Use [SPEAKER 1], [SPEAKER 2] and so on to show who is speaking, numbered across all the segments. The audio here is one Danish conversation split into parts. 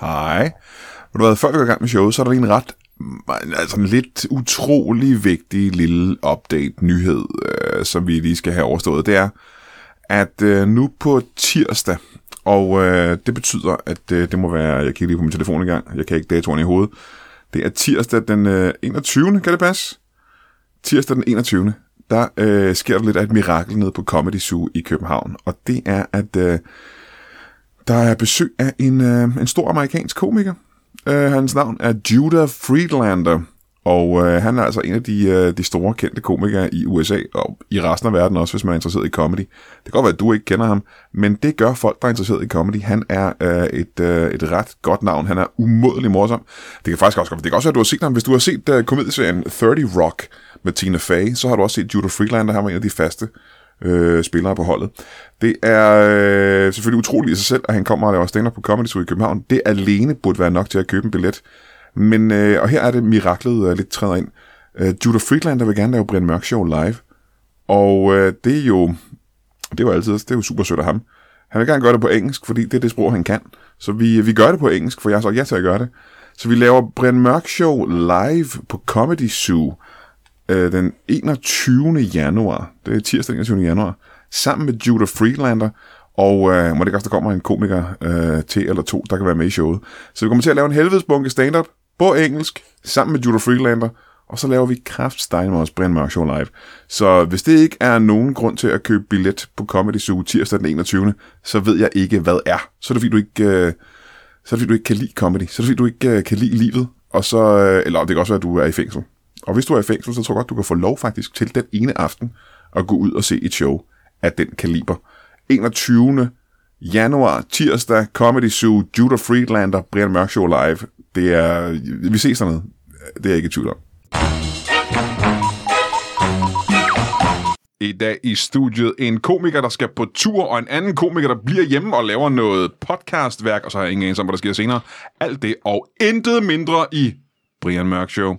[SPEAKER 1] Hej. Ved du hvad, før vi går i gang med showet, så er der lige en ret, mm, altså en lidt utrolig vigtig lille update-nyhed, øh, som vi lige skal have overstået. Det er, at øh, nu på tirsdag, og øh, det betyder, at øh, det må være, jeg kigger lige på min telefon engang, jeg kan ikke datoren i hovedet, det er tirsdag den øh, 21. Kan det passe? Tirsdag den 21. Der øh, sker der lidt af et mirakel nede på Comedy Zoo i København, og det er, at... Øh, der er besøg af en, øh, en stor amerikansk komiker. Øh, hans navn er Judah Friedlander, og øh, han er altså en af de, øh, de store kendte komikere i USA, og i resten af verden også, hvis man er interesseret i comedy. Det kan godt være, at du ikke kender ham, men det gør folk, der er interesseret i comedy. Han er øh, et, øh, et ret godt navn. Han er umådelig morsom. Det kan faktisk også godt, det kan også være, at du har set ham. Hvis du har set øh, komedieserien 30 Rock med Tina Fey, så har du også set Judah Friedlander, han var en af de faste øh, spillere på holdet. Det er øh, selvfølgelig utroligt i sig selv, at han kommer og laver stand på Comedy Zoo i København. Det alene burde være nok til at købe en billet. Men, øh, og her er det miraklet øh, lidt træder ind. Øh, Judah Friedlander vil gerne lave Brian Mørk Show live. Og øh, det er jo det er jo altid, det er jo super sødt af ham. Han vil gerne gøre det på engelsk, fordi det er det sprog, han kan. Så vi, vi gør det på engelsk, for jeg har sagt ja til at gøre det. Så vi laver Brian Mørk Show live på Comedy Zoo øh, den 21. januar, det er tirsdag den 21. januar, sammen med Judah Friedlander, og øh, må det ikke også, der kommer en komiker øh, til eller to, der kan være med i showet. Så vi kommer til at lave en helvedes bunke stand-up på engelsk, sammen med Judah Friedlander, og så laver vi kraftstein med os Brian Mørk Show live. Så hvis det ikke er nogen grund til at købe billet på Comedy Zoo tirsdag den 21., så ved jeg ikke, hvad er. Så er det fordi, du ikke... Øh, så er det fordi, du ikke kan lide comedy. Så er det fordi, du ikke øh, kan lide livet. Og så, øh, eller det kan også være, at du er i fængsel. Og hvis du er i fængsel, så tror jeg godt, du kan få lov faktisk til den ene aften at gå ud og se et show af den kaliber. 21. januar, tirsdag, Comedy Zoo, Judah Friedlander, Brian Mørk Show live. Det er, vi ses dernede. Det er jeg ikke i tvivl om. I dag i studiet en komiker, der skal på tur, og en anden komiker, der bliver hjemme og laver noget podcastværk, og så har jeg ingen anelse om, hvad der sker senere. Alt det og intet mindre i Brian Mørk Show.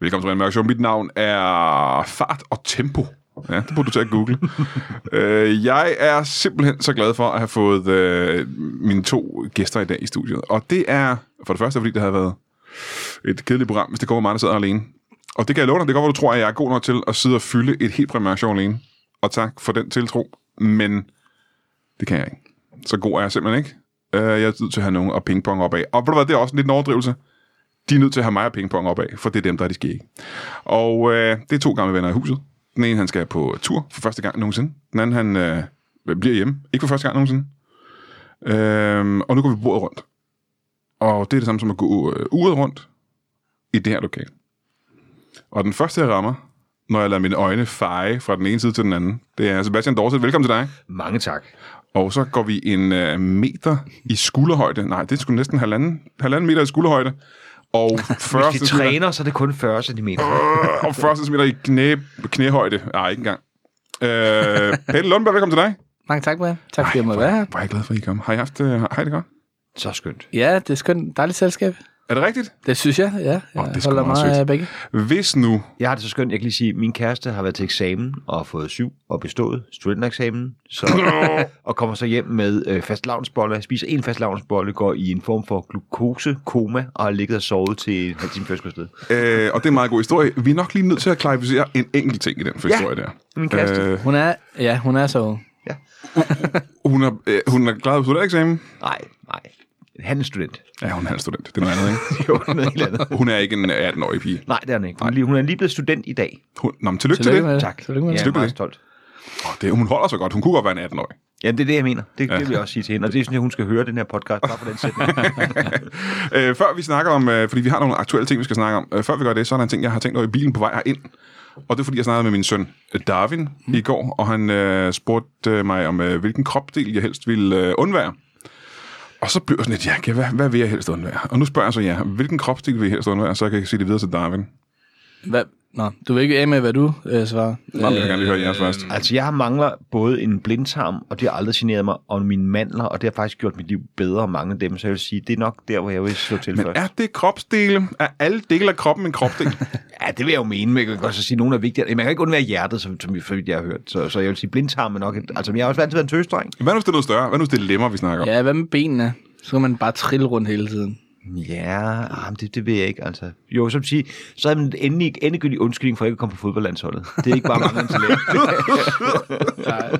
[SPEAKER 1] Velkommen til Brian Mørk Show. Mit navn er Fart og Tempo. Ja, det burde du til at google. øh, jeg er simpelthen så glad for at have fået øh, mine to gæster i dag i studiet. Og det er for det første, fordi det havde været et kedeligt program, hvis det kommer mig, der sidder her alene. Og det kan jeg love dig, det går, hvor du tror, at jeg er god nok til at sidde og fylde et helt Brian Mørk Show alene. Og tak for den tiltro, men det kan jeg ikke. Så god er jeg simpelthen ikke. Øh, jeg er nødt til at have nogen at pingpong op af. Og ved du hvad, det er også lidt en overdrivelse de er nødt til at have mig og pingpong op af, for det er dem, der er de skægge. Og øh, det er to gamle venner i huset. Den ene, han skal på tur for første gang nogensinde. Den anden, han øh, bliver hjemme. Ikke for første gang nogensinde. Øhm, og nu går vi bordet rundt. Og det er det samme som at gå øh, uret rundt i det her lokal. Og den første, jeg rammer, når jeg lader mine øjne feje fra den ene side til den anden, det er Sebastian Dorset. Velkommen til dig.
[SPEAKER 2] Mange tak.
[SPEAKER 1] Og så går vi en øh, meter i skulderhøjde. Nej, det er sgu næsten halvanden, halvanden meter i skulderhøjde. Og 40
[SPEAKER 2] Hvis de
[SPEAKER 1] centimeter-
[SPEAKER 2] træner, så er det kun 40 cm.
[SPEAKER 1] Øh, og 40 cm i knæ, knæhøjde. Nej, ikke engang. Øh, Pelle Lundberg, velkommen til dig.
[SPEAKER 3] Mange tak, Brian. Tak fordi jeg måtte være her.
[SPEAKER 1] Hvor er jeg glad for, at I kom. Har I haft... øh, Har I det godt?
[SPEAKER 2] Så skønt.
[SPEAKER 3] Ja, det er skønt. Dejligt selskab.
[SPEAKER 1] Er det rigtigt?
[SPEAKER 3] Det synes jeg, ja. Jeg
[SPEAKER 1] Åh, det er sgu
[SPEAKER 3] holder
[SPEAKER 1] meget
[SPEAKER 3] meget
[SPEAKER 1] sødt.
[SPEAKER 3] af begge.
[SPEAKER 1] Hvis nu...
[SPEAKER 2] Jeg har det så skønt, jeg kan lige sige, at min kæreste har været til eksamen og fået syv og bestået studentereksamen, så, og kommer så hjem med øh, fastlavnsboller, spiser en fastlavnsbolle, går i en form for glukose-koma og har ligget og sovet til en halv time fødselsdag.
[SPEAKER 1] Øh, og det er en meget god historie. Vi er nok lige nødt til at klarificere en enkelt ting i den for
[SPEAKER 2] Ja,
[SPEAKER 1] historie der.
[SPEAKER 2] min kæreste.
[SPEAKER 1] Øh,
[SPEAKER 3] Hun er, ja, hun er så ung.
[SPEAKER 1] hun, er, øh, hun er glad på studentereksamen.
[SPEAKER 2] Nej, nej. Han er student.
[SPEAKER 1] Ja, hun er halv student. Det er noget andet, ikke?
[SPEAKER 2] Jo, noget helt andet.
[SPEAKER 1] Hun er ikke en 18-årig pige.
[SPEAKER 2] Nej, det er han ikke. Hun er lige, hun er lige blevet student i dag.
[SPEAKER 1] Hun, nå, men tillykke,
[SPEAKER 3] Tillykke
[SPEAKER 1] til
[SPEAKER 3] med
[SPEAKER 1] det.
[SPEAKER 3] det.
[SPEAKER 2] Tak.
[SPEAKER 3] Tillykke med
[SPEAKER 2] ja,
[SPEAKER 3] det.
[SPEAKER 2] jeg er meget
[SPEAKER 1] Tillykke.
[SPEAKER 2] stolt.
[SPEAKER 1] Oh, det. Hun holder sig godt. Hun kunne godt være en 18-årig.
[SPEAKER 2] Ja, det er det, jeg mener. Det, det vil jeg også sige til hende. Og det er sådan, at hun skal høre den her podcast bare på den sætning.
[SPEAKER 1] Øh, før vi snakker om, øh, fordi vi har nogle aktuelle ting, vi skal snakke om. Øh, før vi gør det, så er der en ting, jeg har tænkt over i bilen på vej herind. Og det er, fordi jeg snakkede med min søn øh, Darwin mm. i går, og han øh, spurgte øh, mig om, øh, hvilken kropdel jeg helst ville øh, undvære. Og så blev jeg sådan lidt, ja, kan- hvad, hvad vil jeg helst undvære? Og nu spørger jeg så jer, hvilken kropsdel vil I helst undvære, så jeg kan sige det videre til Darwin.
[SPEAKER 3] Hvad? Nå, du vil ikke af med, hvad du øh, svarer.
[SPEAKER 1] Nå, men jeg vil gerne lige høre jeres først.
[SPEAKER 2] Altså, jeg mangler både en blindtarm, og det har aldrig generet mig, og mine mandler, og det har faktisk gjort mit liv bedre at mangle dem. Så jeg vil sige, det er nok der, hvor jeg vil slå til
[SPEAKER 1] Men
[SPEAKER 2] først.
[SPEAKER 1] er det kropsdele? Er alle dele af kroppen en kropsdel?
[SPEAKER 2] Ja, det vil jeg jo mene, men jeg kan godt så sige, at nogen er vigtigere. Man kan ikke undvære hjertet, som, som, som jeg har hørt. Så, så jeg vil sige, blindtarm er nok... Et, altså, jeg har også altid været en tøsdreng.
[SPEAKER 1] Hvad nu, hvis det er noget større? Hvad nu, hvis det er lemmer, vi snakker om?
[SPEAKER 3] Ja, hvad med benene? Så kan man bare trille rundt hele tiden.
[SPEAKER 2] Ja, ah, men det, det ved jeg ikke, altså. Jo, som sige, så er man endelig, endegyldig undskyldning for ikke at komme på fodboldlandsholdet. Det er ikke bare mange talent.
[SPEAKER 3] Nej,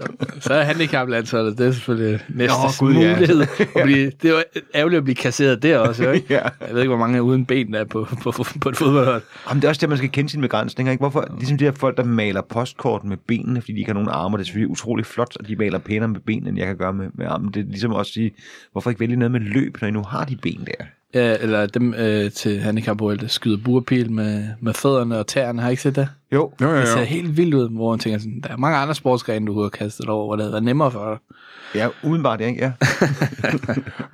[SPEAKER 3] så er handicaplandsholdet, det er selvfølgelig næste
[SPEAKER 2] Nå,
[SPEAKER 3] Gud,
[SPEAKER 2] Gud, ja.
[SPEAKER 3] mulighed. Ja. At blive, det er jo ærgerligt at blive kasseret der også, jo, ikke?
[SPEAKER 2] Ja.
[SPEAKER 3] Jeg ved ikke, hvor mange uden ben der er på, på, på et fodboldhold.
[SPEAKER 2] Jamen, det er også det, man skal kende sine begrænsninger, ikke?
[SPEAKER 1] Mm.
[SPEAKER 2] Hvorfor? Ligesom de her folk, der maler postkort med benene, fordi de ikke har nogen arme, og det er selvfølgelig utrolig flot, at de maler pænere med benene, end jeg kan gøre med, med armen. Det er ligesom også at sige, hvorfor ikke vælge noget med løb, når I nu har de ben der?
[SPEAKER 3] Ja, eller dem øh, til handicap der skyder burpil med, med fødderne og tæerne. Har I ikke set det?
[SPEAKER 2] Jo,
[SPEAKER 1] Jo, jo,
[SPEAKER 3] Det ser
[SPEAKER 1] jo.
[SPEAKER 3] helt vildt ud, hvor man tænker sådan, der er mange andre sportsgrene, du kunne have kastet dig over, hvor det havde været nemmere for dig.
[SPEAKER 2] ja, udenbart, ikke? Ja.
[SPEAKER 1] Men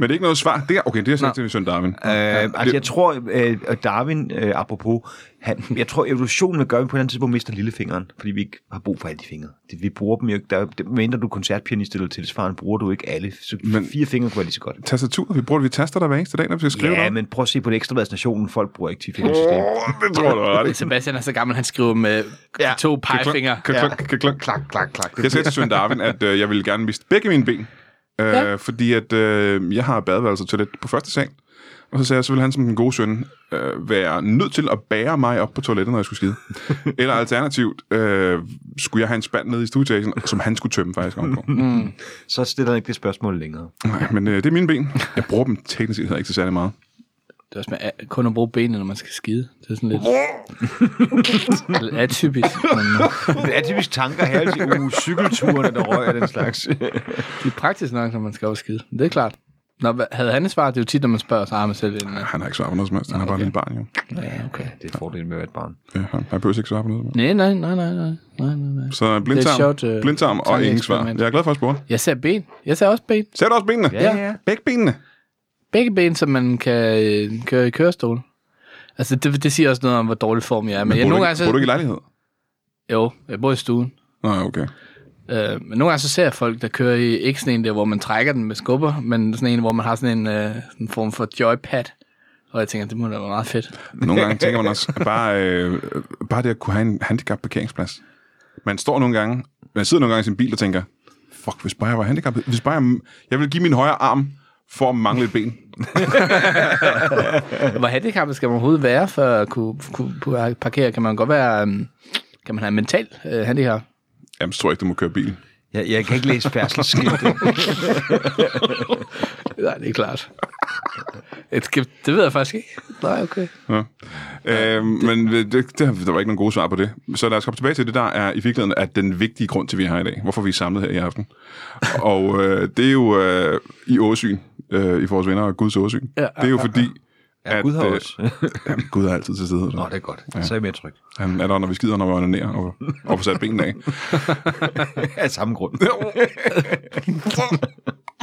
[SPEAKER 1] det er ikke noget svar der? Okay, det er sagt til min søn Darwin.
[SPEAKER 2] Øh, altså,
[SPEAKER 1] det-
[SPEAKER 2] jeg tror, øh, at Darwin, øh, apropos, han, jeg tror, evolutionen vil gøre, at vi på et eller andet tidspunkt mister lillefingeren, fordi vi ikke har brug for alle de fingre. Det, vi bruger dem jo ikke. Der, er- det, mindre du er koncertpianist eller tilsvarende, bruger du ikke alle. Så
[SPEAKER 1] Men-
[SPEAKER 2] men, fire fingre kunne være lige så godt.
[SPEAKER 1] Tastaturet, vi bruger det, vi taster der hver eneste dag, når vi skal skrive
[SPEAKER 2] Ja,
[SPEAKER 1] noget.
[SPEAKER 2] men prøv at se på det ekstra nationen. Folk bruger ikke til fingersystem.
[SPEAKER 1] Åh, det tror jeg, du er ret i.
[SPEAKER 3] Sebastian er så gammel, han skriver med ja.
[SPEAKER 2] Ja.
[SPEAKER 3] to pegefingre.
[SPEAKER 1] Klunk, klunk, klunk, klunk, klunk.
[SPEAKER 2] Klak, klak, klak.
[SPEAKER 1] Jeg
[SPEAKER 2] Det,
[SPEAKER 1] sagde til Søren Darwin, at øh, jeg ville gerne miste begge mine ben. Øh, ja. Fordi at øh, jeg har badeværelse og toilet på første sal. Og så sagde jeg, så ville han som den gode søn øh, være nødt til at bære mig op på toilettet, når jeg skulle skide. Eller alternativt, øh, skulle jeg have en spand nede i stueetagen, som han skulle tømme faktisk om på.
[SPEAKER 2] så stiller han ikke det spørgsmål længere.
[SPEAKER 1] Nej, men øh, det er mine ben. Jeg bruger dem teknisk set heller ikke til særlig meget.
[SPEAKER 3] Det er også med a- kun at bruge benene, når man skal skide. Det er sådan lidt, lidt atypisk. Men
[SPEAKER 2] Det er typisk tanker her til uge, cykelturene, der røg af den slags.
[SPEAKER 3] det er praktisk nok, når man skal over skide. Det er klart. Nå, hvad, havde han et svar? Det er jo tit, når man spørger, så har man selv en... øh,
[SPEAKER 1] Han har ikke svaret på noget som helst. Han er bare et lille barn, jo.
[SPEAKER 3] Ja, okay.
[SPEAKER 2] Det er fordelen med at være et barn.
[SPEAKER 1] Ja, han, han behøver ikke svare på noget som helst.
[SPEAKER 3] Nej, nej, nej, nej, nej, nej, nej, nej.
[SPEAKER 1] Så blindtarm,
[SPEAKER 3] sjovt, øh,
[SPEAKER 1] blindtarm og ingen svar.
[SPEAKER 3] tankeeksperiment.
[SPEAKER 1] Jeg er glad for at spørge.
[SPEAKER 3] Jeg ser ben. Jeg ser også ben.
[SPEAKER 1] Sæt også benene.
[SPEAKER 2] Ja, ja.
[SPEAKER 1] Begge benene.
[SPEAKER 3] Begge ben, som man kan øh, køre i kørestol. Altså, det, det siger også noget om, hvor dårlig form jeg er. Men,
[SPEAKER 1] Men
[SPEAKER 3] jeg,
[SPEAKER 1] bor du,
[SPEAKER 3] nogle
[SPEAKER 1] ikke,
[SPEAKER 3] gange,
[SPEAKER 1] bor du ikke
[SPEAKER 3] så,
[SPEAKER 1] i lejlighed?
[SPEAKER 3] jo, jeg bor i stuen.
[SPEAKER 1] Nej, okay.
[SPEAKER 3] Øh, men nogle gange så ser jeg folk, der kører i ikke sådan en der, hvor man trækker den med skubber, men sådan en, hvor man har sådan en, øh, sådan en form for joypad. Og jeg tænker, det må da være meget fedt.
[SPEAKER 1] Nogle gange tænker man også, at bare, øh, bare det at kunne have en handicap-parkeringsplads. Man står nogle gange, man sidder nogle gange i sin bil og tænker, fuck, hvis bare jeg var handicappet, hvis bare jeg, jeg ville give min højre arm for at mangle et ben.
[SPEAKER 3] Hvor handicappet skal man overhovedet være, for at kunne, kunne, kunne parkere? Kan man godt være... øhm, kan man have en mental øh, handicap?
[SPEAKER 1] Jamen, så tror jeg ikke, du må køre bil.
[SPEAKER 2] Jeg, jeg kan ikke læse færdselsskilte.
[SPEAKER 3] Nej, det er klart. Et, skib- det ved jeg faktisk ikke. Nej, okay.
[SPEAKER 1] Ja. Øh, men det, det, der var ikke nogen gode svar på det. Så lad os komme tilbage til det, der er i virkeligheden at den vigtige grund til, at vi er her i dag. Hvorfor vi er samlet her i aften. Og øh, det er jo øh, i åsyn, øh, i vores venner og Guds åsyn.
[SPEAKER 3] Ja.
[SPEAKER 1] det er jo fordi,
[SPEAKER 2] Ja, Gud har
[SPEAKER 1] øh,
[SPEAKER 2] også.
[SPEAKER 1] Jamen, Gud er altid til stede.
[SPEAKER 2] Nå, det er godt. Så er jeg mere tryg.
[SPEAKER 1] Han er der, når vi skider, når vi onanerer og, og får sat benene af.
[SPEAKER 2] Af samme grund.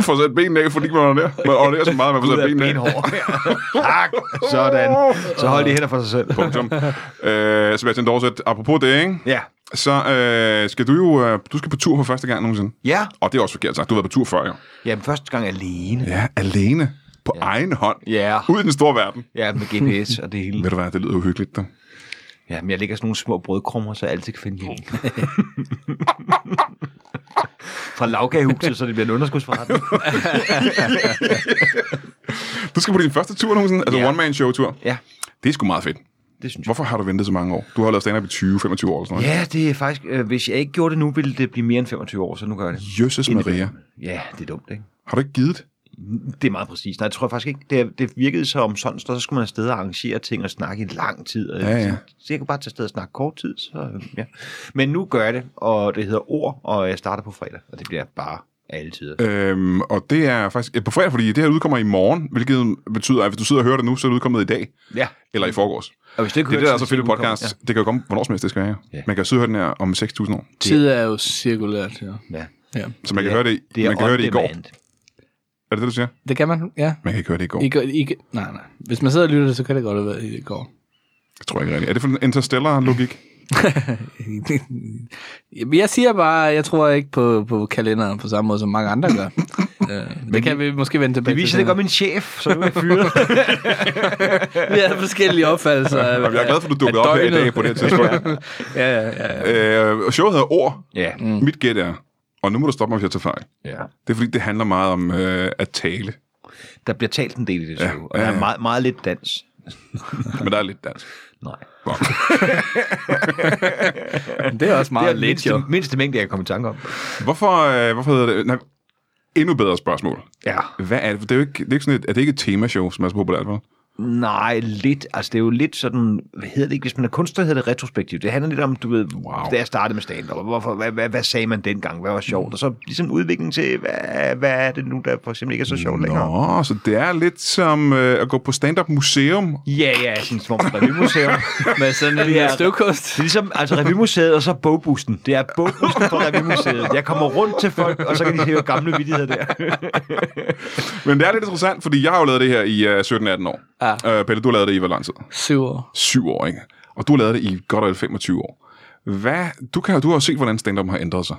[SPEAKER 1] får sat benene af, fordi man onanerer. Man onanerer så meget, man får
[SPEAKER 2] Ud
[SPEAKER 1] sat
[SPEAKER 2] af
[SPEAKER 1] benene af.
[SPEAKER 2] benhår. tak. Sådan. Så hold de hænder for sig selv.
[SPEAKER 1] Punktum. Øh, Sebastian Dorset, apropos det, ikke?
[SPEAKER 2] Ja.
[SPEAKER 1] Så øh, skal du jo øh, du skal på tur for første gang nogensinde.
[SPEAKER 2] Ja.
[SPEAKER 1] Og det er også forkert sagt. Du har været på tur før, jo.
[SPEAKER 2] Jamen, første gang alene.
[SPEAKER 1] Ja, alene. På ja. egen hånd.
[SPEAKER 2] Ja.
[SPEAKER 1] Ud i den store verden.
[SPEAKER 2] Ja, med GPS og det hele.
[SPEAKER 1] Ved du hvad, det lyder uhyggeligt, der.
[SPEAKER 2] Ja, men jeg lægger sådan nogle små brødkrummer, så jeg altid kan finde hjem. Fra lavkagehuset, så det bliver en underskudsforretning.
[SPEAKER 1] Du skal på din første tur nogensinde, altså
[SPEAKER 2] Ja.
[SPEAKER 1] one-man-show-tur.
[SPEAKER 2] Ja,
[SPEAKER 1] Det er sgu meget fedt.
[SPEAKER 2] det synes jeg.
[SPEAKER 1] Hvorfor har du ventet så mange år? Du har lavet stand-up i 20-25 år eller sådan noget. ikke?
[SPEAKER 2] Ja, det er faktisk... Øh, hvis jeg ikke gjorde det nu, ville det blive mere end 25 år, så nu gør jeg det.
[SPEAKER 1] Jøsses Maria.
[SPEAKER 2] Ja, det er dumt, ikke?
[SPEAKER 1] Har du ikke givet det?
[SPEAKER 2] Det er meget præcist. Nej, jeg tror faktisk ikke. Det, det virkede så om sådan, så skulle man afsted og arrangere ting og snakke i lang tid. Og
[SPEAKER 1] Ja, ja.
[SPEAKER 2] Så jeg kunne bare tage afsted og snakke kort tid. Så, øh, ja. Men nu gør jeg det, og det hedder Ord, og jeg starter på fredag, og det bliver bare alle tider.
[SPEAKER 1] Øhm, og det er faktisk øh, på fredag, fordi det her udkommer i morgen, hvilket betyder, at hvis du sidder og hører det nu, så er det udkommet i dag,
[SPEAKER 2] Ja.
[SPEAKER 1] eller i forgårs. Det
[SPEAKER 2] Og hvis det,
[SPEAKER 1] er det, der er så fedt ved podcast. Det kan jo komme, hvornår som helst det skal være.
[SPEAKER 2] Ja.
[SPEAKER 1] Man kan sidde og høre den her om 6.000 år.
[SPEAKER 3] Tid er jo cirkulært, ja.
[SPEAKER 2] Ja.
[SPEAKER 3] ja.
[SPEAKER 1] Så man kan høre det, i-
[SPEAKER 2] det er
[SPEAKER 1] man kan høre det i går.
[SPEAKER 2] on-demand.
[SPEAKER 1] Er det det, du siger?
[SPEAKER 3] Det kan man, ja.
[SPEAKER 1] Man kan ikke høre det i går.
[SPEAKER 3] I, går- I, nej, nej. Hvis man sidder og lytter, så kan det godt have været i går.
[SPEAKER 1] Jeg tror ikke rigtigt. Er det for en interstellar-logik?
[SPEAKER 3] Jamen, jeg siger bare, jeg tror ikke på, på kalenderen på samme måde, som mange andre gør. øh, det kan vi måske vende tilbage
[SPEAKER 2] Det viser, det gør min chef, så nu er jeg fyret.
[SPEAKER 3] senere. Vi har forskellige opfattelser. af-
[SPEAKER 1] Jamen, jeg er glad for, at du dukkede
[SPEAKER 3] af
[SPEAKER 1] op her i
[SPEAKER 3] døgnet.
[SPEAKER 1] dag på det tidspunkt.
[SPEAKER 3] ja, ja, ja.
[SPEAKER 1] øh, og showet hedder Ord.
[SPEAKER 2] ja.
[SPEAKER 1] Mm. Mit gæt er, og nu må du stoppe mig, hvis jeg tager fejl.
[SPEAKER 2] ja.
[SPEAKER 1] Det er fordi, det handler meget om øh, at tale.
[SPEAKER 2] Der bliver talt en del i det show, ja. og
[SPEAKER 1] ja,
[SPEAKER 2] der
[SPEAKER 1] ja.
[SPEAKER 2] er meget, meget lidt dans.
[SPEAKER 1] Men der er lidt dansk.
[SPEAKER 2] Nej.
[SPEAKER 1] Nå.
[SPEAKER 3] Det er
[SPEAKER 2] Det
[SPEAKER 3] også
[SPEAKER 2] er
[SPEAKER 3] meget
[SPEAKER 2] den
[SPEAKER 3] lidt,
[SPEAKER 2] mindste,
[SPEAKER 3] jo.
[SPEAKER 2] mindste mængde, jeg kan komme i tanke om.
[SPEAKER 1] Hvorfor, øh, hvorfor hedder det... Nej, endnu bedre spørgsmål.
[SPEAKER 2] Ja.
[SPEAKER 1] Hvad er det? For det er jo ikke, det er ikke sådan et, er det ikke et temashow, som er så populært, vel?
[SPEAKER 2] Nej, lidt. Altså, det er jo lidt sådan, hvad hedder det ikke? Hvis man er kunstner, hedder det retrospektivt. Det handler lidt om, du ved, wow. da jeg startede med stand-up, og hvorfor, hvad, hvad, hvad, sagde man dengang? Hvad var sjovt? Og så ligesom udviklingen til, hvad, hvad er det nu, der for eksempel ikke er så sjovt længere?
[SPEAKER 1] Nå, så det er lidt som øh, at gå på stand-up museum.
[SPEAKER 2] Ja, ja, sådan en form for revymuseum.
[SPEAKER 3] Med sådan en
[SPEAKER 2] Ja.
[SPEAKER 3] ja. støvkost.
[SPEAKER 2] Det er ligesom altså, revymuseet og så bogbussen. Det er bogbussen fra revymuseet. Jeg kommer rundt til folk, og så kan de hæve gamle vidtigheder der.
[SPEAKER 1] Men det er lidt interessant, fordi jeg har jo lavet det her i øh, 17-18 år.
[SPEAKER 3] Ja.
[SPEAKER 1] Øh, Pelle, du har lavet det i hvor lang tid?
[SPEAKER 3] Syv år.
[SPEAKER 1] Syv år, ikke? Og du har lavet det i godt og vel 25 år. Hvad, du, kan, du har jo set, hvordan stand-up har ændret sig.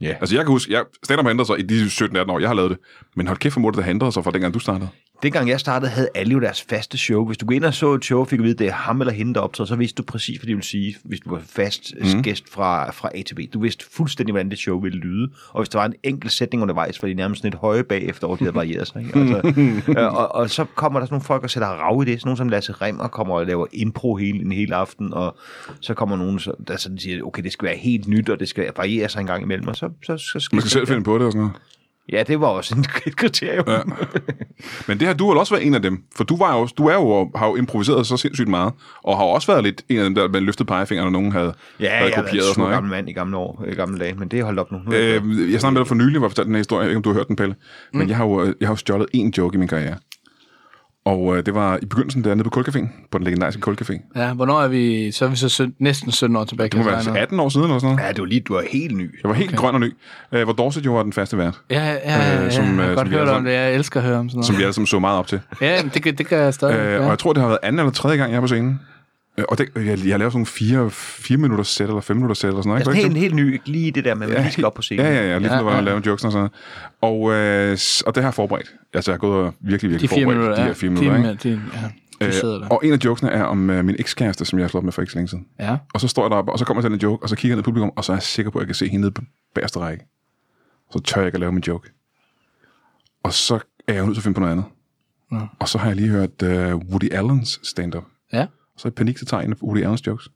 [SPEAKER 2] Ja.
[SPEAKER 1] Altså, jeg kan huske, jeg, stand-up har ændret sig i de 17-18 år, jeg har lavet det. Men hold kæft, hvor må det have ændret sig fra dengang, du startede.
[SPEAKER 2] Dengang jeg startede, havde alle jo deres faste show. Hvis du gik ind og så et show og fik at vide, det er ham eller hende, der optræder, så vidste du præcis, hvad de ville sige, hvis du var fast mm. gæst fra, fra A til B. Du vidste fuldstændig, hvordan det show ville lyde. Og hvis der var en enkelt sætning undervejs, var de nærmest sådan et høje bagefter, hvor de havde varieret sig. Ikke? Altså, øh, og, og, så kommer der sådan nogle folk og sætter rav i det. Sådan nogle som Lasse Remmer kommer og laver impro hele, en hel aften. Og så kommer nogen, så- der sådan siger, okay, det skal være helt nyt, og det skal variere sig en gang imellem. Og så, så, så skal
[SPEAKER 1] Man skal selv finde på det og sådan noget.
[SPEAKER 2] Ja, det var også en- et kriterium. Ja.
[SPEAKER 1] Men det har du vel også været en af dem, for du, var jo, du er jo, har jo improviseret så sindssygt meget, og har jo også været lidt en af dem, der man løftede pegefingeren, og nogen havde,
[SPEAKER 2] Ja,
[SPEAKER 1] havde
[SPEAKER 2] jeg har
[SPEAKER 1] kopieret og
[SPEAKER 2] været
[SPEAKER 1] sådan
[SPEAKER 2] en
[SPEAKER 1] noget.
[SPEAKER 2] gammel mand i gamle år, i gamle dage, men det er holdt op nu. nu er jeg glad.
[SPEAKER 1] Ikke? Øh, jeg snakkede med dig for nylig, hvor jeg fortalte den her historie, jeg ved ikke om du har hørt den, Pelle,
[SPEAKER 2] Mm.
[SPEAKER 1] men jeg har jo øh, jeg har jo stjålet en joke i min karriere. Og øh, det var i begyndelsen, der nede på Kulcaféen, på den legendariske Kulcafé.
[SPEAKER 3] Ja, hvornår er vi... Så er vi så syv, næsten 17 år tilbage.
[SPEAKER 1] Det må være 18 år siden eller sådan noget.
[SPEAKER 2] ja, det var lige, du var helt ny.
[SPEAKER 1] Jeg var helt okay. grøn og ny, øh, hvor Dorset jo var den faste vært,
[SPEAKER 3] Ja, ja, ja, ja,
[SPEAKER 1] Øh, som, øh,
[SPEAKER 3] jeg har
[SPEAKER 1] som
[SPEAKER 3] godt
[SPEAKER 1] vi alle
[SPEAKER 3] hørt om
[SPEAKER 1] sammen-
[SPEAKER 3] det. Jeg elsker at høre om sådan noget.
[SPEAKER 1] som vi alle sammen så meget op til.
[SPEAKER 3] Ja, jamen, det, gør- det gør jeg stadig.
[SPEAKER 1] Øh,
[SPEAKER 3] ja.
[SPEAKER 1] og jeg tror, det har været anden eller tredje gang, jeg er på scenen. Øh, og det, jeg, jeg laver sådan nogle fire, fire minutter sæt, eller fem minutter sæt, eller sådan noget.
[SPEAKER 2] Jeg
[SPEAKER 1] ikke?
[SPEAKER 2] er
[SPEAKER 1] Var det ikke
[SPEAKER 2] Altså helt, helt ny, lige det der med, at man lige skal op på scenen.
[SPEAKER 1] Ja, ja, ja. Lige sådan,
[SPEAKER 3] Ja,
[SPEAKER 1] ja, hvordan
[SPEAKER 3] ja.
[SPEAKER 1] man laver jokes og sådan noget. og, øh, s- og det har jeg forberedt. Altså, jeg har gået og virkelig,
[SPEAKER 3] de
[SPEAKER 1] virkelig
[SPEAKER 3] fire
[SPEAKER 1] forberedt
[SPEAKER 3] minutter,
[SPEAKER 1] de her fire minutter. ikke?
[SPEAKER 3] De, ja, de sidder der.
[SPEAKER 1] Øh, og en af jokesene er om øh, min ekskæreste, som jeg har slået op med for ikke så længe siden.
[SPEAKER 3] Ja.
[SPEAKER 1] Og så står jeg deroppe, og så kommer jeg til den joke, og så kigger jeg ned i publikum, og så er jeg sikker på, at jeg kan se hende nede på bagerste række. Så tør jeg ikke at lave min joke. Og så er jeg nødt til at finde på noget andet.
[SPEAKER 3] Nå.
[SPEAKER 1] Og så har jeg lige hørt øh, Woody Allens stand-up.
[SPEAKER 3] ja.
[SPEAKER 1] Og så er jeg i panik til tegnene på Woody Allens jokes.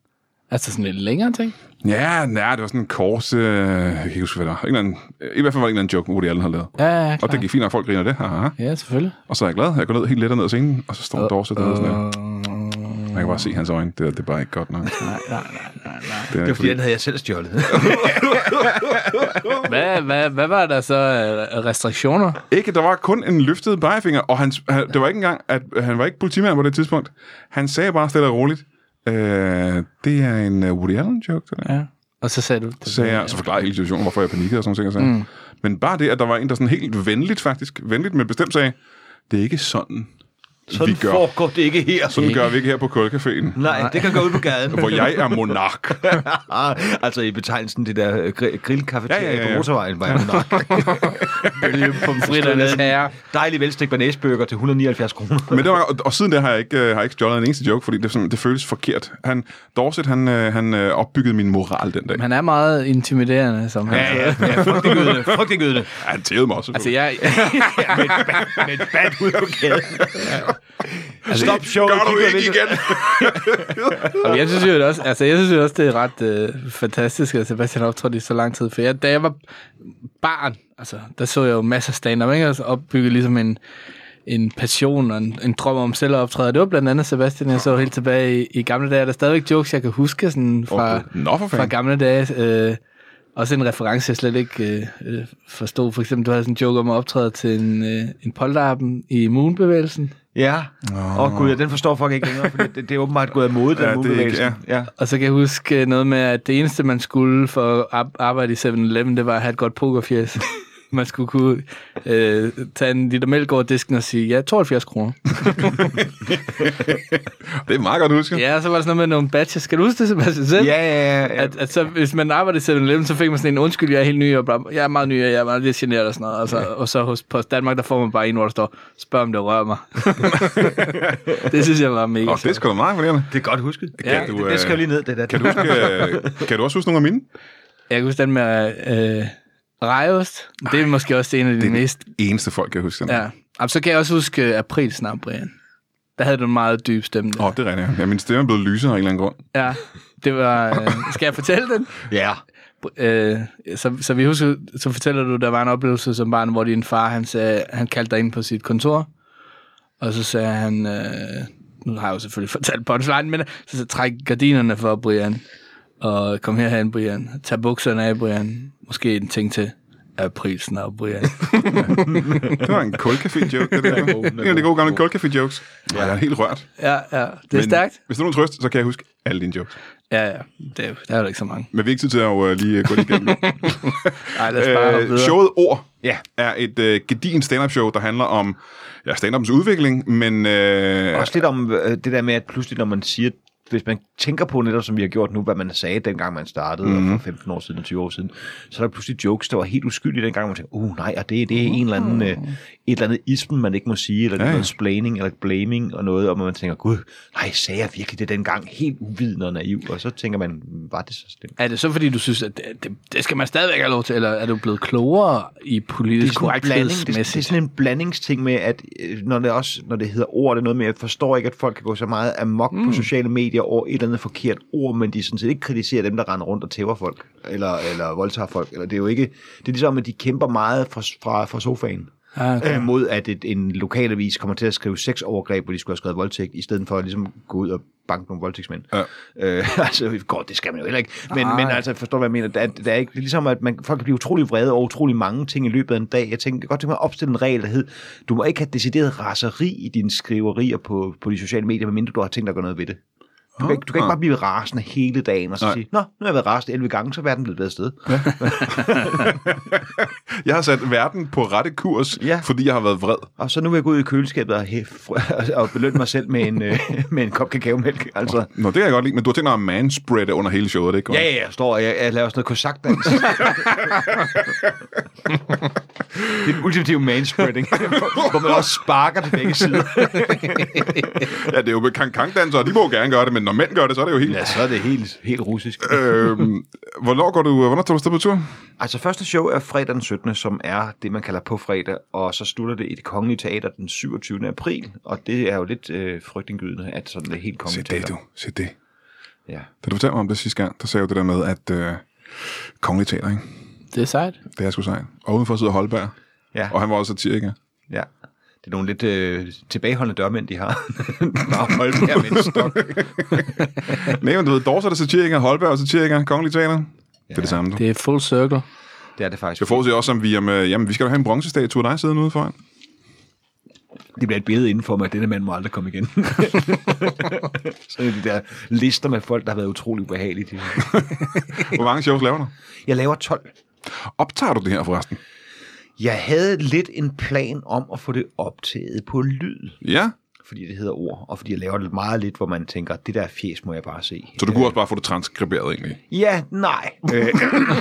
[SPEAKER 3] Altså sådan lidt længere ting.
[SPEAKER 1] Ja, nej, det var sådan en kors, øh, jeg kan ikke huske, hvad det var. En eller anden, øh, I hvert fald var det en eller anden joke, Woody Allen har lavet.
[SPEAKER 3] Ja, ja,
[SPEAKER 1] Og
[SPEAKER 3] klar.
[SPEAKER 1] det gik fint, og folk griner af det. Haha.
[SPEAKER 3] Ja, selvfølgelig.
[SPEAKER 1] Og så er jeg glad. Jeg går ned helt let ned ad scenen, og så står uh, Dorset dernede sådan der. Man
[SPEAKER 3] Øh,
[SPEAKER 1] kan bare se hans øjne. Det, der, det er bare ikke godt nok.
[SPEAKER 3] nej, nej, nej, nej, nej.
[SPEAKER 1] Det er
[SPEAKER 2] Det var fordi, den
[SPEAKER 1] fordi,
[SPEAKER 2] havde jeg selv stjålet.
[SPEAKER 3] Hvad, hvad, hvad var der så af restriktioner?
[SPEAKER 1] ikke, der var kun en løftet pegefinger, og hans, han, det var ikke engang, at øh, han var ikke politimand på det tidspunkt. Han sagde bare stille og roligt, øh, det er en øh, Woody Allen joke. Det der.
[SPEAKER 3] Ja. Og så sagde du... Det,
[SPEAKER 1] Så sagde jeg, så forklarede jeg hele situationen, hvorfor jeg panikkede og sådan nogle ting. Mm. Men bare det, at der var en, der sådan helt venligt faktisk, venligt, men bestemt sagde, det er ikke sådan,
[SPEAKER 2] Sådan
[SPEAKER 1] vi gør.
[SPEAKER 2] foregår det ikke her.
[SPEAKER 1] Sådan gør vi ikke her på Kulcaféen,
[SPEAKER 2] Nej, det kan gå ud på gaden.
[SPEAKER 1] hvor jeg er monark.
[SPEAKER 2] Ah, altså i betegnelsen det der øh, gri- grillkafeteria
[SPEAKER 1] Ja,
[SPEAKER 2] ja,
[SPEAKER 1] ja,
[SPEAKER 2] ja,
[SPEAKER 1] ja.
[SPEAKER 2] på motorvejen var jeg nok.
[SPEAKER 3] Bølge pomfritternes herre.
[SPEAKER 2] Dejlig velstegt banæsbøger til 179 kroner.
[SPEAKER 1] Men det var, og, og siden det har jeg ikke, øh, har jeg ikke stjålet en eneste joke, fordi det, er sådan, det føles forkert. Han, Dorset, han, øh, han øh, opbyggede min moral den dag.
[SPEAKER 3] Han er meget intimiderende, som han
[SPEAKER 2] Ja, ja, ja. Frygtelig gødende. Frygtelig gødende.
[SPEAKER 1] Ja, han tævede mig også.
[SPEAKER 3] Altså,
[SPEAKER 1] Altså,
[SPEAKER 3] jeg...
[SPEAKER 2] Med et bat, med et bat ud på gaden. Stop showet.
[SPEAKER 1] Altså, Gør du
[SPEAKER 2] kig ud af
[SPEAKER 1] ikke
[SPEAKER 2] vinduet.
[SPEAKER 1] igen?
[SPEAKER 3] Jamen, jeg synes jo det også, altså, jeg synes jo også, det er ret øh, fantastisk, at Sebastian optrådte i så lang tid. For jeg, da jeg var barn, altså, der så jeg jo masser af stand-up, ikke? Og opbyggede ligesom en, en passion og en, en drøm om selv at optræde. Det var blandt andet Sebastian, jeg så helt tilbage i, i gamle dage. Der er stadigvæk jokes, jeg kan huske sådan fra,
[SPEAKER 1] Åh, Nå for
[SPEAKER 3] fra
[SPEAKER 1] fanden.
[SPEAKER 3] gamle dage. Øh, også en reference, jeg slet ikke øh, øh, forstod. For eksempel, du havde sådan en joke om at optræde til en, øh, en polterappen i moonbevægelsen.
[SPEAKER 2] Ja. Åh oh, gud, ja, den forstår folk ikke længere, for det, det, er åbenbart gået af mode, den
[SPEAKER 1] Ja, det
[SPEAKER 2] ja,
[SPEAKER 1] er ikke-
[SPEAKER 2] modebevægelsen. ja.
[SPEAKER 3] Og så kan jeg huske øh, noget med, at det eneste, man skulle for at ar- arbejde i 7-Eleven, det var at have et godt pokerfjes. Man skulle kunne øh, tage en liter mælk over disken og sige, ja, 72 kroner.
[SPEAKER 1] Det er meget godt husket.
[SPEAKER 3] Ja, og så var der sådan noget med nogle batches. Skal du huske det, Sebastian? Selv?
[SPEAKER 2] Ja, ja, ja.
[SPEAKER 3] At, at så, hvis man arbejder i 7-Eleven, så fik man sådan en undskyld, jeg er helt ny, og bla, bla, jeg er meget ny, og jeg er meget lidt generet og sådan noget. Og så, og så hos Post Danmark, der får man bare en, hvor der står, spørg om det rører mig. det synes jeg var mega
[SPEAKER 1] Og det er
[SPEAKER 3] sjovt.
[SPEAKER 1] sgu da meget imponerende.
[SPEAKER 2] Det er godt husket.
[SPEAKER 1] Kan
[SPEAKER 2] Ja,
[SPEAKER 1] du,
[SPEAKER 2] du, det, det skal
[SPEAKER 1] øh,
[SPEAKER 2] jeg lige ned, det der.
[SPEAKER 1] Kan du, huske, øh, kan du også huske nogle af mine?
[SPEAKER 3] Jeg kan huske den med øh, rejeost. Det er måske også en af de
[SPEAKER 1] det-
[SPEAKER 3] mest...
[SPEAKER 1] Eneste folk, jeg husker.
[SPEAKER 3] Ja. Jamen, så kan jeg også huske øh, april snart, Brian. Der havde du en meget dyb stemme. Der.
[SPEAKER 1] Åh, oh, det er rigtigt. ja. Ja, min stemme er blevet lysere af en eller anden grund.
[SPEAKER 3] Ja, det var... Øh, skal jeg fortælle den?
[SPEAKER 2] Ja.
[SPEAKER 3] Øh, så, så vi husker, så fortæller du, der var en oplevelse som barn, hvor din far, han, sagde, han kaldte dig ind på sit kontor, og så sagde han, øh, nu har jeg jo selvfølgelig fortalt punchline, men øh, så sagde, træk gardinerne for, Brian, og kom herhen, Brian, tag bukserne af, Brian, måske en ting til, april snart, Brian.
[SPEAKER 1] Det var en koldcafé-joke, det der. En af de gode gamle koldcafé-jokes. Ja. Jeg er helt rørt.
[SPEAKER 3] Ja, ja, det er stærkt.
[SPEAKER 1] Hvis det er nogen trøst, så kan jeg huske alle dine jokes.
[SPEAKER 3] Ja, ja, det er, der er jo ikke så mange.
[SPEAKER 1] Men vi er ikke tid til at uh, lige uh, gå lidt igennem.
[SPEAKER 3] Ej, lad os bare hoppe videre.
[SPEAKER 1] showet Ord
[SPEAKER 2] Ja.
[SPEAKER 1] er et uh, gedin stand-up show, der handler om ja, stand-upens udvikling, men øh,
[SPEAKER 2] Også lidt om øh, det der med, at pludselig, når man siger, hvis man tænker på netop, som vi har gjort nu, hvad man sagde, dengang man startede, mm-hmm. for 15 år siden, 20 år siden, så er der pludselig jokes, der var helt uskyldige dengang, man tænkte, uh nej, og det, det er en eller anden, øh, et eller andet ismen, man ikke må sige, eller ja,
[SPEAKER 1] ja.
[SPEAKER 2] ja. noget splaining, eller blaming, og noget, og man tænker, gud, nej, sagde jeg virkelig det dengang, helt uvidende og naiv, og så tænker man, var det så slemt?
[SPEAKER 3] Er det så, fordi du synes, at det, det, det skal man stadigvæk have lov til, eller er du blevet klogere i
[SPEAKER 2] det er,
[SPEAKER 3] politisk
[SPEAKER 2] sådan en blanding, det, det er
[SPEAKER 3] korrekthedsmæssigt?
[SPEAKER 2] sådan en blandingsting med, at øh, når det, også, når det hedder ord, det er noget med, at jeg forstår ikke, at folk kan gå så meget amok mm. på sociale medier over et eller andet forkert ord, men de sådan set ikke kritiserer dem, der render rundt og tæver folk, eller, eller voldtager folk. Eller det er jo ikke, det er ligesom, at de kæmper meget fra, fra, fra sofaen.
[SPEAKER 3] Ah, okay.
[SPEAKER 2] Øh, mod at et, en lokalavis kommer til at skrive sexovergreb, hvor de skulle have skrevet voldtægt, i stedet for at ligesom gå ud og banke nogle voldtægtsmænd.
[SPEAKER 1] Ja.
[SPEAKER 2] Øh, altså, godt, det skal man jo heller ikke. Men,
[SPEAKER 3] Nej.
[SPEAKER 2] men altså, forstår du, hvad jeg mener? Der, er- der er ikke, det er ligesom, at man, folk kan blive utrolig vrede over utrolig mange ting i løbet af en dag. Jeg tænker jeg kunne godt tænke mig at opstille en regel, der hed, du må ikke have decideret raseri i dine skriverier på, på de sociale medier, medmindre du har tænkt dig at gøre noget ved det. Du kan, ikke, du kan ikke bare blive rasende hele dagen og så
[SPEAKER 1] Ah. Nej.
[SPEAKER 2] sige, nå, nu har jeg været rasende 11 gange, så er verden blevet et bedre sted.
[SPEAKER 1] jeg har sat verden på rette kurs, ja.
[SPEAKER 2] Ja.
[SPEAKER 1] fordi jeg har været vred.
[SPEAKER 2] Og så nu vil jeg gå ud i køleskabet og, hæf, og belønne mig selv med en, øh, med en kop kakaomælk. Altså,
[SPEAKER 1] Nå, det kan jeg godt lide, men du har tænkt dig at manspreade under hele showet, er det ikke
[SPEAKER 2] ja, ja, jeg står og jeg, jeg laver sådan noget kosakdans. det er den ultimative manspreading, hvor man også sparker til begge sider.
[SPEAKER 1] ja, det er jo kankangdansere, de må jo gerne gøre det, men når mænd gør det, så er det jo helt...
[SPEAKER 2] Ja, så er det helt, helt russisk.
[SPEAKER 1] øhm, hvornår går du, hvornår tager du afsted på tur?
[SPEAKER 2] Altså, første show er fredag den 17., som er det, man kalder på fredag, og så slutter det i det kongelige teater den 27. april, og det er jo lidt øh, frygtindgydende, at sådan det helt
[SPEAKER 1] Se
[SPEAKER 2] kongelige
[SPEAKER 1] det,
[SPEAKER 2] teater.
[SPEAKER 1] du. Se det.
[SPEAKER 2] Ja.
[SPEAKER 1] Da du fortalte mig om det sidste gang, der sagde jeg jo det der med, at øh, kongelig teater, ikke?
[SPEAKER 3] Det er sejt.
[SPEAKER 1] Det er sgu sejt. Og udenfor sidder Holberg.
[SPEAKER 2] ja.
[SPEAKER 1] Og han var også satiriker.
[SPEAKER 2] Ja. Det er nogle lidt øh, tilbageholdende dørmænd, de har. Bare holde her med en stok.
[SPEAKER 1] Nej, men du ved, Dors er der satiriker, Holberg er satiriker, kongelig teater. Ja. Det er det samme, du.
[SPEAKER 3] Det er full circle.
[SPEAKER 2] Det er det faktisk.
[SPEAKER 1] Jeg forudser også, om vi, om, øh, jamen, vi skal da have en bronzestatue af dig siddende ude foran.
[SPEAKER 2] Det bliver et billede inden for mig, at denne mand må aldrig komme igen. Sådan de der lister med folk, der har været utrolig ubehagelige.
[SPEAKER 1] Hvor mange shows laver du?
[SPEAKER 2] Jeg laver 12.
[SPEAKER 1] Optager du det her forresten?
[SPEAKER 2] Jeg havde lidt en plan om at få det optaget på lyd,
[SPEAKER 1] Ja?
[SPEAKER 2] fordi det hedder ord, og fordi jeg laver det meget lidt, hvor man tænker, det der fjes må jeg bare se.
[SPEAKER 1] Så du kunne også bare få det transkriberet egentlig.
[SPEAKER 2] Ja, nej. Øh,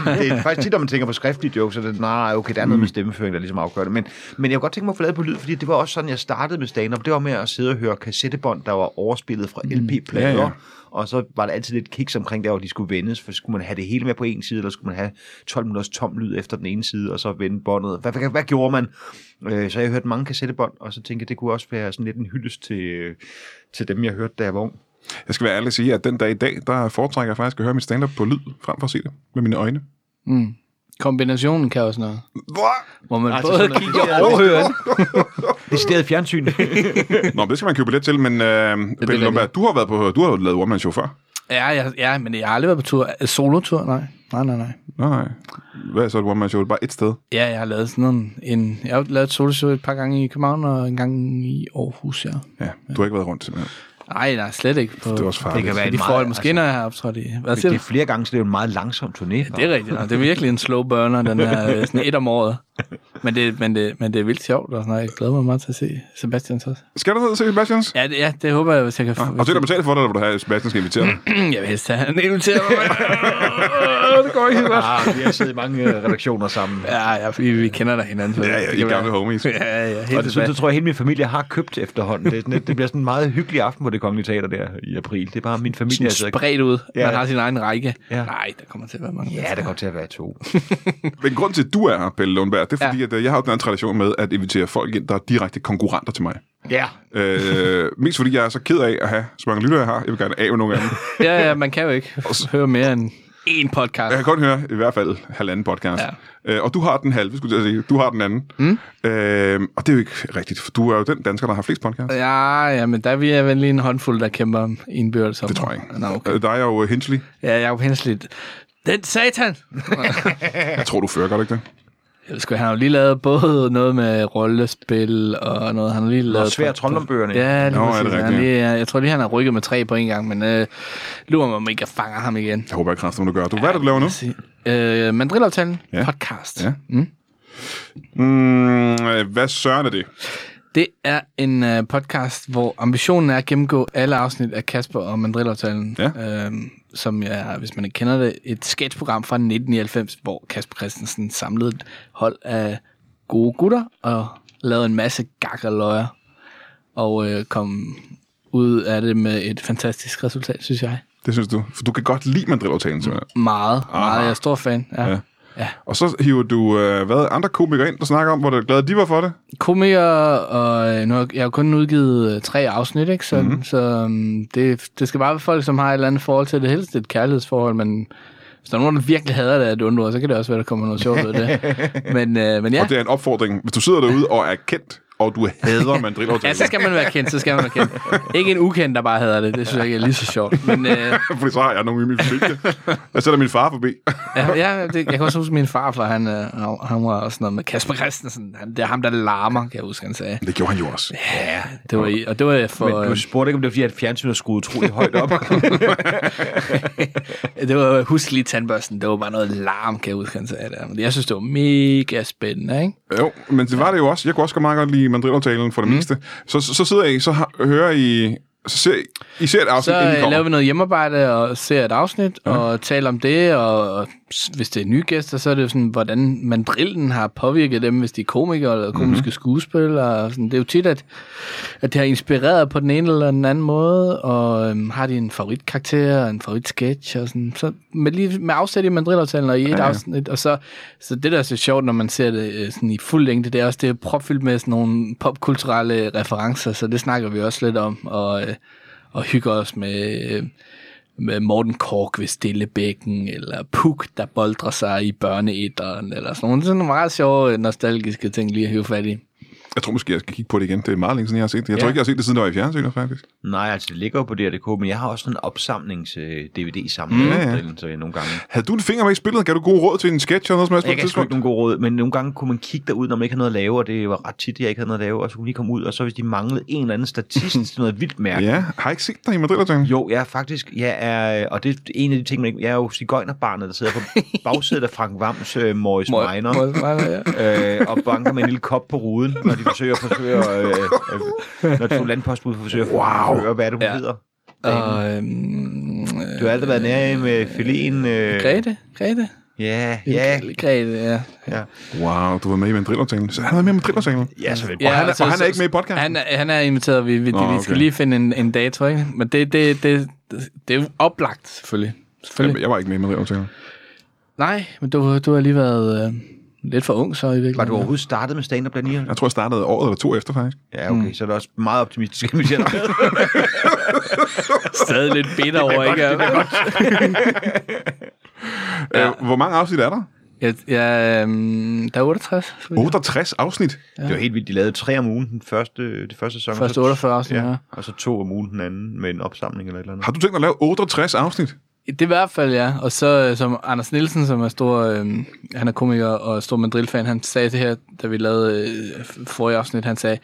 [SPEAKER 2] det er faktisk tit, når man tænker på skriftlige jokes, så er det, nej, okay, der er noget med stemmeføring, der ligesom afgør det. Men, men jeg kunne godt tænke mig at få lavet på lyd, fordi det var også sådan, jeg startede med stand-up. Det var med at sidde og høre kassettebånd, der var overspillet fra LP-plader.
[SPEAKER 1] Ja,
[SPEAKER 2] Mm. Ja,
[SPEAKER 1] ja.
[SPEAKER 2] ja. Og så var der altid lidt kiks omkring der, hvor de skulle vendes. For skulle man have det hele med på en side, eller skulle man have 12 minutters tom lyd efter den ene side, og så vende båndet. Hvad, hvad, hvad gjorde man? Øh, så jeg hørte mange kassettebånd, og så tænkte jeg, det kunne også være sådan lidt en hyldest til, øh, til dem, jeg hørte, da jeg var ung.
[SPEAKER 1] Jeg skal være ærlig og sige, at den dag i dag, der foretrækker jeg faktisk at høre mit stand-up på lyd, frem for at se det med mine øjne.
[SPEAKER 3] Kombinationen kan også noget. Hvor man
[SPEAKER 2] Altså,
[SPEAKER 3] altså, både
[SPEAKER 2] sådan noget-
[SPEAKER 3] kigger og overhører.
[SPEAKER 2] Decideret fjernsyn.
[SPEAKER 1] Nå, men det skal man købe billet til, men øh, Pelle Lundberg, du har, været på, du har jo lavet one-man-show før.
[SPEAKER 3] Ja, jeg, ja, men jeg har aldrig været på tur. Øh, Solotur? Nej. Nej, nej, nej.
[SPEAKER 1] Nej, nej. Hvad er så et one-man-show? Det er bare et sted.
[SPEAKER 3] Ja, jeg har lavet sådan en, en jeg har lavet et soloshow et par gange i København og en gang i Aarhus, ja.
[SPEAKER 1] Ja, du har ikke været rundt simpelthen.
[SPEAKER 3] Nej, nej, slet ikke. På,
[SPEAKER 1] Det er også altså. farligt.
[SPEAKER 2] Det kan være
[SPEAKER 3] de
[SPEAKER 2] en
[SPEAKER 3] får
[SPEAKER 2] meget,
[SPEAKER 3] det måske, når jeg har optrådt i. Hvad
[SPEAKER 2] Det,
[SPEAKER 3] siger
[SPEAKER 2] det
[SPEAKER 3] du?
[SPEAKER 2] er flere gange, så det er jo en meget langsom turné.
[SPEAKER 3] Det er rigtigt. nok. Det er virkelig en slow burner, den her øh, sådan et om året. Men det, men, det, men det er vildt sjovt, og sådan noget. jeg glæder mig meget til at se Sebastians også.
[SPEAKER 1] Skal du ned og se Sebastians?
[SPEAKER 3] Ja, det, ja, det håber jeg, hvis jeg kan...
[SPEAKER 1] Og det er der betalt for det, eller vil du have, at Sebastian skal invitere dig?
[SPEAKER 3] Jeg vil helst have han inviterer mig. det går ikke helt godt.
[SPEAKER 2] Ah, vi har siddet i mange øh, redaktioner sammen.
[SPEAKER 3] Ja, ja, vi, vi kender da hinanden. så
[SPEAKER 1] Ja, ja,
[SPEAKER 3] det
[SPEAKER 1] I
[SPEAKER 3] kan
[SPEAKER 1] gamle
[SPEAKER 3] være-
[SPEAKER 1] homies.
[SPEAKER 3] Ja, ja,
[SPEAKER 2] Og
[SPEAKER 3] helt
[SPEAKER 2] det synes
[SPEAKER 3] tilbage.
[SPEAKER 2] jeg, tror jeg, hele min familie har købt efterhånden. Det, er sådan, lidt- det bliver sådan en meget hyggelig aften på det kongelige teater der i april. Det er bare min familie. Altså,
[SPEAKER 3] Spredt ud.
[SPEAKER 2] Ja.
[SPEAKER 3] Man har sin egen række.
[SPEAKER 2] Ja.
[SPEAKER 3] Nej, der kommer til at være mange.
[SPEAKER 2] ja, der kommer til at være to.
[SPEAKER 1] Men grund til, at du er her, Pelle Lundberg, det er
[SPEAKER 3] Ja.
[SPEAKER 1] fordi, at øh, jeg har jo den her tradition med at invitere folk ind, der er direkte konkurrenter til mig.
[SPEAKER 2] Ja.
[SPEAKER 1] Øh, mest fordi, jeg er så ked af at have så mange lyttere, jeg har. Jeg vil gerne af med nogle af dem.
[SPEAKER 3] Ja, ja, man kan jo ikke høre mere end én podcast.
[SPEAKER 1] Jeg kan kun høre i hvert fald halvanden podcast. Ja. Øh, og du har den halve, skulle jeg til at sige. Du har den anden. Mm. Øh, og det er jo ikke rigtigt, for du er jo den dansker, der har flest podcasts.
[SPEAKER 3] Ja, ja, men der er vi er vel lige en håndfuld, der kæmper om indbyrdes. om-
[SPEAKER 1] Det tror jeg ikke.
[SPEAKER 3] Nå, okay.
[SPEAKER 1] Øh, Der er jo øh, Hinsley.
[SPEAKER 3] Ja, Jacob Henslet. Den satan!
[SPEAKER 1] Jeg tror, du fører, gør du ikke det?
[SPEAKER 3] Jeg skulle, han har jo lige lavet både noget med rollespil og noget. Han har lige lavet...
[SPEAKER 2] svært troldomsbøgerne.
[SPEAKER 3] Ja, lige
[SPEAKER 1] Nå, er det
[SPEAKER 3] præcis. Han
[SPEAKER 1] rigtigt, ja.
[SPEAKER 3] lige, jeg tror lige, han har rykket med tre på en gang, men øh, lurer mig, om ikke jeg fanger ham igen.
[SPEAKER 1] Jeg håber ikke, at du gør. Du, hvad er det, du laver nu?
[SPEAKER 3] Øh, Mandrilaftalen
[SPEAKER 1] Ja.
[SPEAKER 3] ja. podcast.
[SPEAKER 1] Ja.
[SPEAKER 3] Ja. Mm.
[SPEAKER 1] Mm, øh, hvad søren er det?
[SPEAKER 3] Det er en øh, podcast, hvor ambitionen er at gennemgå alle afsnit af Kasper og Mandrilaftalen.
[SPEAKER 1] Ja.
[SPEAKER 3] Øhm, som jeg, hvis man ikke kender det, et sketchprogram fra 1999, hvor Kasper Christensen samlede et hold af gode gutter og lavede en masse gak og løjer. Og øh, kom ud af det med et fantastisk resultat, synes jeg.
[SPEAKER 1] Det synes du. For du kan godt lide mandrilaftalen, simpelthen.
[SPEAKER 3] Meget, meget. Jeg er stor fan. Ja.
[SPEAKER 1] Ja.
[SPEAKER 3] ja.
[SPEAKER 1] Og så hiver du øh, hvad, andre komikere ind, der snakker om, hvor det glade de var for det.
[SPEAKER 3] komikere, og øh, nu har, jeg har jo kun udgivet øh, tre afsnit, ikke? Så, mm-hmm. så um, det, det skal bare være folk, som har et eller andet forhold til det. Helst et kærlighedsforhold, men hvis der er nogen, der virkelig hader det, at du undrer, så kan det også være, der kommer noget sjovt ud af det. Men, øh, men
[SPEAKER 1] Ja.
[SPEAKER 3] ja,
[SPEAKER 1] Og det er en opfordring. Hvis du sidder derude og er kendt, og du hader
[SPEAKER 3] ja,
[SPEAKER 1] mandrilaftalen,
[SPEAKER 3] så skal man være kendt, så skal man være kendt. Ikke en ukendt, der bare hader det, det synes jeg ikke er lige så sjovt. Men øh,
[SPEAKER 1] fordi så har jeg nogen i min familie. Jeg sætter min far forbi.
[SPEAKER 3] ja, ja, det, jeg kan også huske, min farfar, han, øh, han- han var også noget med Kasper Christensen. Han, det er ham, der larmer, kan jeg huske, han sagde.
[SPEAKER 1] Det gjorde han jo også.
[SPEAKER 3] Ja, det var, i- og det var for...
[SPEAKER 2] Men du
[SPEAKER 3] øh,
[SPEAKER 2] spurgte ikke, om det var fordi, at fjernsynet er skruet utroligt højt op.
[SPEAKER 3] Det var, husk lige tandbørsten, det var bare noget larm, kan jeg huske, han sagde der. Men jeg synes, det var mega spændende, ikke?
[SPEAKER 1] Jo, men det var det jo også. Jeg kunne også godt meget godt lide mandrilaftalen for det mm. meste. Så, så, så sidder I, så har, hører I, så ser I, I ser et afsnit,
[SPEAKER 3] Så
[SPEAKER 1] inden I
[SPEAKER 3] øh, laver
[SPEAKER 1] kommer.
[SPEAKER 3] vi noget hjemmearbejde og ser et afsnit ja. og taler om det, og, og s- hvis det er nye gæster, så er det jo sådan, hvordan mandrillen har påvirket dem, hvis de er komikere eller
[SPEAKER 1] Mhm.
[SPEAKER 3] komiske mm-hmm. skuespillere. Og sådan. Det er jo tit, at, at det har inspireret på den ene eller den anden måde, og øhm, har de en favoritkarakter og en favoritsketch og sådan. Så med, lige, med afsæt i mandrillaftalen og i et ja,
[SPEAKER 1] ja.
[SPEAKER 3] ja. afsnit, og så, så det der er så sjovt, når man ser det øh, sådan i fuld længde, det er også det er propfyldt med sådan nogle popkulturelle referencer, så det snakker vi også lidt om, og... Øh, og hygger os med, øh, med Morten Kork ved Stillebækken, eller Puk, der boldrer sig i børneætteren, eller sådan nogle sådan nogle meget sjove, øh, nostalgiske ting lige at hive fat i.
[SPEAKER 1] Jeg tror måske, jeg skal kigge på det igen. Det er meget længe siden, jeg har set det. Jeg ja. tror
[SPEAKER 2] Ja.
[SPEAKER 1] ikke, jeg har set det siden, det var i fjernsynet, faktisk.
[SPEAKER 2] Nej, altså det ligger jo på DRDK, men jeg har også sådan en øh, opsamlings-DVD sammen med
[SPEAKER 1] ja.
[SPEAKER 2] mandrillen, så jeg nogle gange...
[SPEAKER 1] Havde du en finger med i spillet? Gav du gode råd til en sketch eller noget som helst på
[SPEAKER 2] Jeg
[SPEAKER 1] et
[SPEAKER 2] kan sgu
[SPEAKER 1] tidspunkt?
[SPEAKER 2] ikke nogen gode råd, men nogle gange kunne man kigge derud, når man ikke havde noget at lave, og det var ret tit, jeg ikke havde noget at lave, og så kunne vi lige komme ud, og så hvis de manglede en eller anden statist til noget vildt mærke,
[SPEAKER 1] Ja, har jeg ikke set dig i mandrilaftalen?
[SPEAKER 2] Jo, jeg er faktisk, jeg er, og det er en af de ting, man ikke, jeg er jo cigøjnerbarnet, der sidder på bagsædet af Frank Vams øh, Morris
[SPEAKER 3] Må-
[SPEAKER 2] Minor,
[SPEAKER 3] må- må- ja.
[SPEAKER 2] øh, og banker med en lille kop på ruden, når de forsøger, forsøger øh, øh, når to landpostbud forsøger wow. at høre, hvad det, hun
[SPEAKER 3] Ja.
[SPEAKER 2] hedder.
[SPEAKER 3] Og, øhm, øh,
[SPEAKER 2] Du har aldrig været nær i med filéen. Øh,
[SPEAKER 3] Grete? Grete?
[SPEAKER 2] Ja, ja.
[SPEAKER 3] Grete, ja.
[SPEAKER 1] Wow, du var med i mandrilaftalen. Så han var med i mandrilaftalen.
[SPEAKER 2] Ja, så vil
[SPEAKER 1] Og han er-
[SPEAKER 3] altså,
[SPEAKER 1] og han er
[SPEAKER 3] så-
[SPEAKER 1] ikke med i podcasten?
[SPEAKER 3] Han, er- han er inviteret, vi, vi,
[SPEAKER 1] Nå,
[SPEAKER 3] Nå, vi skal
[SPEAKER 1] okay.
[SPEAKER 3] lige finde en, en dato, ikke? Men det, det, det, det, det er jo oplagt, selvfølgelig. selvfølgelig.
[SPEAKER 1] Jamen, jeg var ikke med i mandrilaftalen.
[SPEAKER 3] Nej, men du, du har lige været øh, lidt for ung så i virkeligheden.
[SPEAKER 2] Var du overhovedet startet med stand-up, Daniel?
[SPEAKER 1] Jeg tror, jeg startede året eller to efter, faktisk.
[SPEAKER 2] Ja, okay,
[SPEAKER 3] Mm.
[SPEAKER 2] så er det også meget optimistisk, at vi siger dig.
[SPEAKER 3] stadig lidt bitter over, ikke?
[SPEAKER 1] Ja. Øh, hvor mange afsnit er der?
[SPEAKER 3] Ja, ja øhm, der er 68. så vidt jeg-
[SPEAKER 1] 68 afsnit.
[SPEAKER 2] Det var helt vildt, de lavede tre om ugen den første, det første sæson.
[SPEAKER 3] Første
[SPEAKER 2] og så-
[SPEAKER 3] 48 afsnit, ja.
[SPEAKER 2] Og så to om ugen den anden med en opsamling eller et eller andet.
[SPEAKER 1] Har du tænkt dig at lave 68 afsnit?
[SPEAKER 3] Det er i hvert fald, ja. Og så øh, som Anders Nielsen, som er stor, øhm, han er komiker og stor mandrilfan, han sagde det her, da vi lavede øh, f- forrige afsnit, han sagde,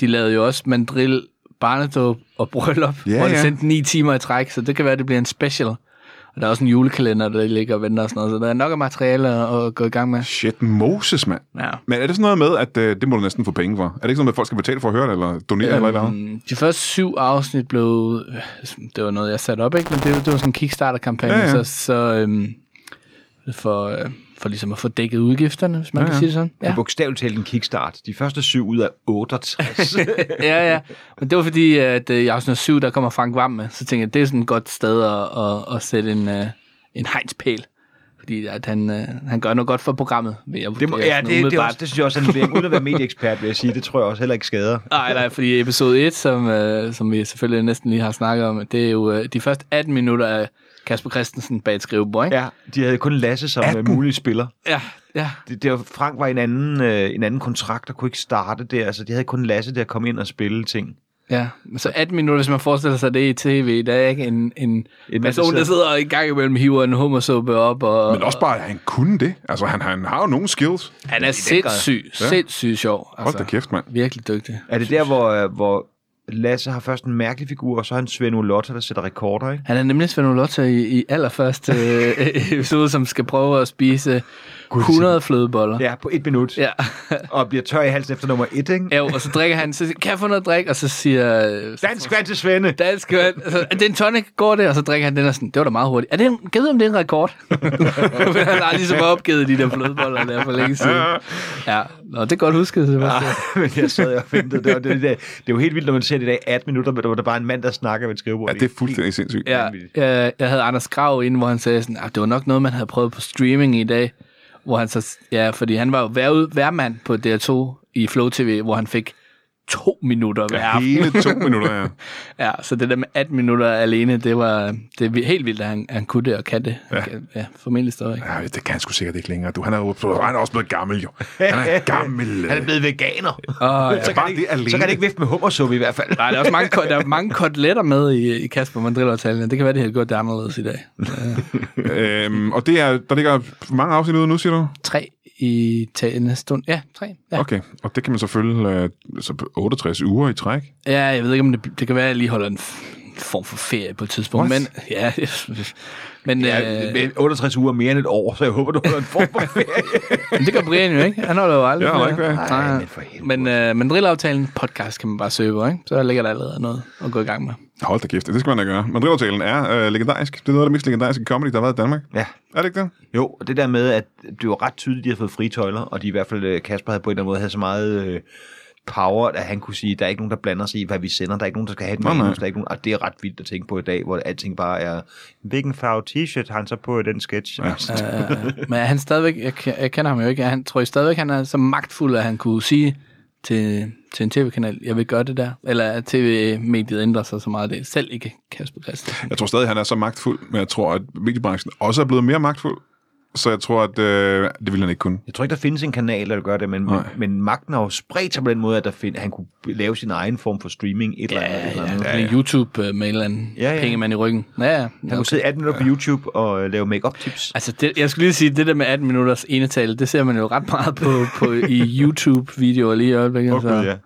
[SPEAKER 3] de lavede jo også mandril, barnedåb og bryllup,
[SPEAKER 1] Ja,
[SPEAKER 3] hvor de
[SPEAKER 1] ja.
[SPEAKER 3] sendte ni timer i træk, så det kan være, det bliver en special. Og der er også en julekalender, der ligger og venter og sådan noget, så der er nok af materiale at at gå i gang med.
[SPEAKER 1] Shit, Moses, mand.
[SPEAKER 3] Ja.
[SPEAKER 1] Men er det sådan noget med, at øh, det må du næsten få penge for? Er det ikke sådan, at folk skal betale for at høre det, eller donere øhm, eller noget?
[SPEAKER 3] Øhm, de første syv afsnit blev... øh, Det var noget, jeg satte op, ikke? Men det, det var sådan en Kickstarter-kampagne,
[SPEAKER 1] Ja,
[SPEAKER 3] ja,
[SPEAKER 1] ja.
[SPEAKER 3] ja. så, så øhm, for, øh, for ligesom at få dækket udgifterne, hvis man
[SPEAKER 1] Ja,
[SPEAKER 3] ja,
[SPEAKER 1] ja.
[SPEAKER 3] kan sige det sådan.
[SPEAKER 2] Det er bogstaveligt talt en kickstart. De første syv ud af 68.
[SPEAKER 3] ja, ja. Men det var fordi, at øh, i afsnit 7, der kommer Frank Vam med. Så tænkte jeg, det er sådan et godt sted at, at, at sætte en, øh, en hegnspæl. Fordi at han, øh, han gør noget godt for programmet. Ved at
[SPEAKER 2] det må,
[SPEAKER 3] vurdere
[SPEAKER 2] ja,
[SPEAKER 3] sådan
[SPEAKER 2] det, det, er
[SPEAKER 3] umiddelbart.
[SPEAKER 2] også, det synes jeg også er en vurdering. Uden at være medieekspert, vil jeg sige, det tror jeg også heller ikke skader.
[SPEAKER 3] Nej, nej, fordi episode 1, som, øh, som vi selvfølgelig næsten lige har snakket om, det er jo øh, de første 18 minutter af Kasper Christensen bag et skrivebord, ikke?
[SPEAKER 2] Ja, de havde kun Lasse som øh, mulig spiller.
[SPEAKER 3] Ja, ja.
[SPEAKER 2] Det, det var, Frank var i en anden, øh, en anden kontrakt og kunne ikke starte der, så de havde kun Lasse der at komme ind og spille ting.
[SPEAKER 3] ja. Men Så 18 minutter, hvis man forestiller sig det i tv, der er ikke en, en,
[SPEAKER 2] mand,
[SPEAKER 3] en
[SPEAKER 2] der
[SPEAKER 3] person,
[SPEAKER 2] sidder-
[SPEAKER 3] der sidder og i gang imellem hiver en hummersuppe op. Og,
[SPEAKER 1] Men også bare, at han kunne det. Altså, han, han har jo nogle skills.
[SPEAKER 3] han er sindssyg,
[SPEAKER 1] Ja.
[SPEAKER 3] sindssyg sjov. altså.
[SPEAKER 1] Hold da kæft, mand.
[SPEAKER 3] Virkelig dygtig.
[SPEAKER 2] Er det der, hvor, øh, hvor Lasse har først en mærkelig figur, og så har han Svend Ulotta, der sætter rekorder, ikke?
[SPEAKER 3] Han er nemlig Svend Ulotta i, i allerførste øh, episode, som skal prøve at spise 100 flødeboller.
[SPEAKER 2] Ja, på et minut. Ja.
[SPEAKER 3] ja.
[SPEAKER 2] Og bliver tør i halsen efter nummer et, ikke?
[SPEAKER 3] Ja, og så drikker han, så siger, kan jeg få noget drik? Og så siger... øh, så-
[SPEAKER 2] Dansk vand til Svende!
[SPEAKER 3] Dansk vand. Altså, er det en tonic, går det, og så drikker han den og sådan, det var da meget hurtigt. Er det en, kan jeg vide, om det er en rekord? Men han har ligesom opgivet de der flødeboller der for længe siden. Ja, Nå, det er godt husket, Sebastian.
[SPEAKER 2] Men jeg sad og ventede. Det, var, det, det, det er jo helt vildt, når man ser det der 18 minutter, men der var der bare en mand, der snakker ved et skrivebord.
[SPEAKER 1] Ja, det er fuldstændig sindssygt.
[SPEAKER 3] Ja, jeg, jeg havde Anders Grav inde, hvor han sagde sådan, at det var nok noget, man havde prøvet på streaming i dag. Hvor han så, ja, fordi han var jo vær, værmand på DR2 i Flow TV, hvor han fik to minutter hver aften.
[SPEAKER 1] Hele to minutter, ja.
[SPEAKER 3] Ja, så det der med 18 minutter alene, det var det er vi- helt vildt, at han, han kunne det og kan det. Ja, ja formentlig stadigvæk.
[SPEAKER 1] Ja, det kan han sgu sikkert ikke længere. Du, han er, jo, han er også blevet gammel, jo. Han er gammel.
[SPEAKER 2] Han er blevet veganer.
[SPEAKER 3] Åh, ja.
[SPEAKER 1] så bare det alene.
[SPEAKER 2] Så kan det ikke vifte med hummersuppe i hvert fald.
[SPEAKER 3] Nej, der er også mange, ko- der er mange koteletter med i, i Kasper Mandriller-tallene. Det kan være, det havde gjort det anderledes i dag.
[SPEAKER 1] øhm, og det er, der ligger hvor mange afsnit ude nu, siger du?
[SPEAKER 3] Tre i talende stund. Ja, tre. Ja,
[SPEAKER 1] Okay, og det kan man så følge øh, så på 68 uger i træk.
[SPEAKER 3] ja jeg ved ikke, om det, det kan være, at jeg lige holder en f- en form for ferie på et tidspunkt.
[SPEAKER 1] What?
[SPEAKER 3] Men, ja, men, ja,
[SPEAKER 2] Ja,
[SPEAKER 3] øh,
[SPEAKER 2] med 68 uger mere end et år, så jeg håber, du har en form for ferie.
[SPEAKER 3] men det gør Brian jo ikke. Han holder jo aldrig.
[SPEAKER 1] Jeg holder ikke ferie.
[SPEAKER 3] Nej,
[SPEAKER 2] men for helvede.
[SPEAKER 3] men, øh, men drillaftalen podcast kan man bare søge på, ikke? Så ligger der allerede noget at gå i gang med.
[SPEAKER 1] Hold da kæft, det skal man da gøre. Madrid-aftalen er øh, legendarisk. Det er noget af det mest legendariske comedy, der har været i Danmark.
[SPEAKER 2] Ja.
[SPEAKER 1] Er det ikke det?
[SPEAKER 2] Jo, og det der med, at det var ret tydeligt, at de havde fået fritøjler, og de i hvert fald, øh, Kasper havde på en eller anden måde havde så meget øh, power, at han kunne sige, at der er ikke nogen, der blander sig i, hvad vi sender, der er ikke nogen, der skal have et
[SPEAKER 1] Nej, nej.
[SPEAKER 2] manus, der er ikke nogen, og det er ret vildt at tænke på i dag, hvor alting bare er, hvilken farve t-shirt har han så på i den sketch? Altså, Ja.
[SPEAKER 3] Øh, men er han stadigvæk, jeg, ke- jeg kender ham jo ikke, Er han, tror jeg stadigvæk, han er så magtfuld, at han kunne sige til, til en tv-kanal, jeg vil gøre det der, eller at tv-mediet ændrer sig så meget, det selv ikke Kasper Christensen.
[SPEAKER 1] Jeg tror stadig, han er så magtfuld, men jeg tror, at mediebranchen også er blevet mere magtfuld. Så jeg tror, at øh, det ville han ikke kunne.
[SPEAKER 2] Jeg tror ikke, der findes en kanal, der gør det, men, men,
[SPEAKER 1] Nej.
[SPEAKER 2] men magten har jo spredt sig på den måde, at der find, han kunne lave sin egen form for streaming, et eller andet. et eller andet.
[SPEAKER 3] Ja, ja. YouTube øh, med en eller anden
[SPEAKER 2] Ja,
[SPEAKER 3] ja,
[SPEAKER 2] ja.
[SPEAKER 3] ja. pengemand i ryggen. Ja, ja.
[SPEAKER 2] Han kunne sidde 18 minutter på YouTube og øh, lave make-up tips.
[SPEAKER 3] Altså, det, jeg skulle lige sige, det der med 18 minutters enetale, det ser man jo ret meget på, på i YouTube-videoer lige i øjeblikket.
[SPEAKER 2] Okay,
[SPEAKER 3] så.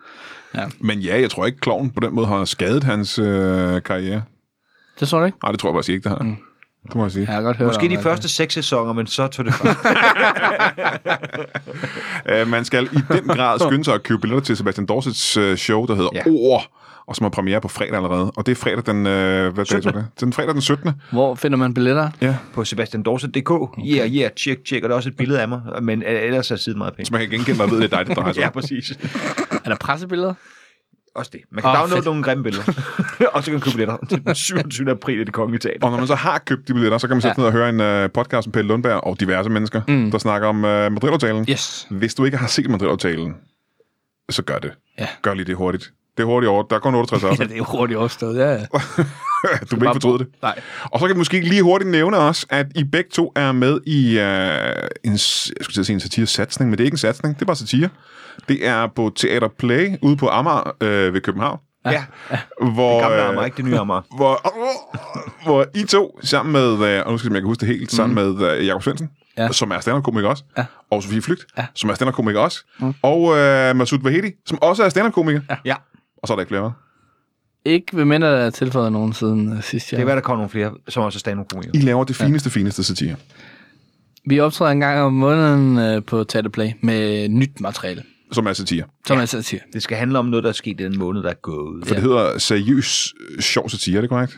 [SPEAKER 2] ja.
[SPEAKER 1] Men ja, jeg tror ikke, kloven på den måde har skadet hans øh, karriere.
[SPEAKER 3] Det tror du ikke?
[SPEAKER 1] Nej, det tror jeg faktisk ikke, det har. Mm. Det må jeg sige.
[SPEAKER 3] Jeg har godt hørt
[SPEAKER 2] Måske
[SPEAKER 3] om,
[SPEAKER 2] de
[SPEAKER 3] at-
[SPEAKER 2] første seks sæsoner, men så tog det fart.
[SPEAKER 1] Øh, man skal i den grad skynde sig at købe billetter til Sebastian Dorsets øh, show, der hedder
[SPEAKER 2] Ja.
[SPEAKER 1] ja. Ord, og som har premiere på fredag allerede. Og det er fredag den, øh, hvad dato er det? Den fredag den 17.
[SPEAKER 3] Hvor finder man billetter?
[SPEAKER 1] Ja,
[SPEAKER 2] på sebastiandorset.dk. Okay. Yeah, yeah, tjek, tjek. Og der er også et billede af mig, men øh, ellers er siden meget
[SPEAKER 1] så
[SPEAKER 2] penge.
[SPEAKER 1] man kan genkende mig ved, det er dig, der drejer sig
[SPEAKER 2] Ja,
[SPEAKER 1] om.
[SPEAKER 2] præcis.
[SPEAKER 3] Er der pressebilleder?
[SPEAKER 2] Også det. Man kan
[SPEAKER 3] Åh,
[SPEAKER 2] downloade
[SPEAKER 3] fedt.
[SPEAKER 2] nogle grimme billeder. Ah, og så kan man købe billetter til den 27. april i det kongelige teater.
[SPEAKER 1] Og når man så har købt de billetter, så kan man sætte ja. ned og høre en øh, podcast med Pelle Lundberg og diverse mennesker, mm. der snakker om øh, Madrid-aftalen.
[SPEAKER 3] Yes.
[SPEAKER 1] Hvis du ikke har set Madrid-aftalen, så gør det.
[SPEAKER 3] Ja.
[SPEAKER 1] Gør lige det hurtigt. Det er hurtigt over. Der er kun 68 afsnit.
[SPEAKER 3] Ja, det er jo hurtigt overstået, ja. ja.
[SPEAKER 1] du vil ikke fortryde det.
[SPEAKER 3] Nej.
[SPEAKER 1] Og så kan vi måske lige hurtigt nævne også, at I begge to er med i øh, en, s- jeg skulle til at sige en satiresatsning, men det er ikke en satsning, det er bare satire. Det er på Teater Play ude på Amager øh, ved København.
[SPEAKER 2] Ja,
[SPEAKER 1] Hvor,
[SPEAKER 2] gamle
[SPEAKER 1] øh,
[SPEAKER 2] Amager, ikke det nye Amager.
[SPEAKER 1] hvor, åh, hvor I to sammen med, øh, og nu skal jeg se, om jeg kan huske det helt, sammen med øh, Jakob Svendsen, ja.
[SPEAKER 3] Ja.
[SPEAKER 1] som er stand-up-komiker også, ja. og Sofie Flygt, ja.
[SPEAKER 3] Ja.
[SPEAKER 1] som er stand-up-komiker også, mm. og øh, Masoud Vahedi, som også er stand-up-komiker, ja.
[SPEAKER 2] Ja.
[SPEAKER 1] og så er der ikke flere. hva'?
[SPEAKER 3] Ikke ved mindre, der er tilføjet nogen siden uh, sidst.
[SPEAKER 2] Det kan
[SPEAKER 3] Jeg.
[SPEAKER 2] være, der kommer nogle flere, som også er stand-up-komikere.
[SPEAKER 1] I laver det fineste, ja. fineste satire.
[SPEAKER 3] Vi optræder en gang om måneden uh, på Teater Play med nyt materiale,
[SPEAKER 1] Som er satire.
[SPEAKER 3] som ja. jeg selv siger.
[SPEAKER 2] Det skal handle om noget, der er sket i den måned, der er gået.
[SPEAKER 1] For ja. det hedder seriøs øh, sjov satire, er det korrekt?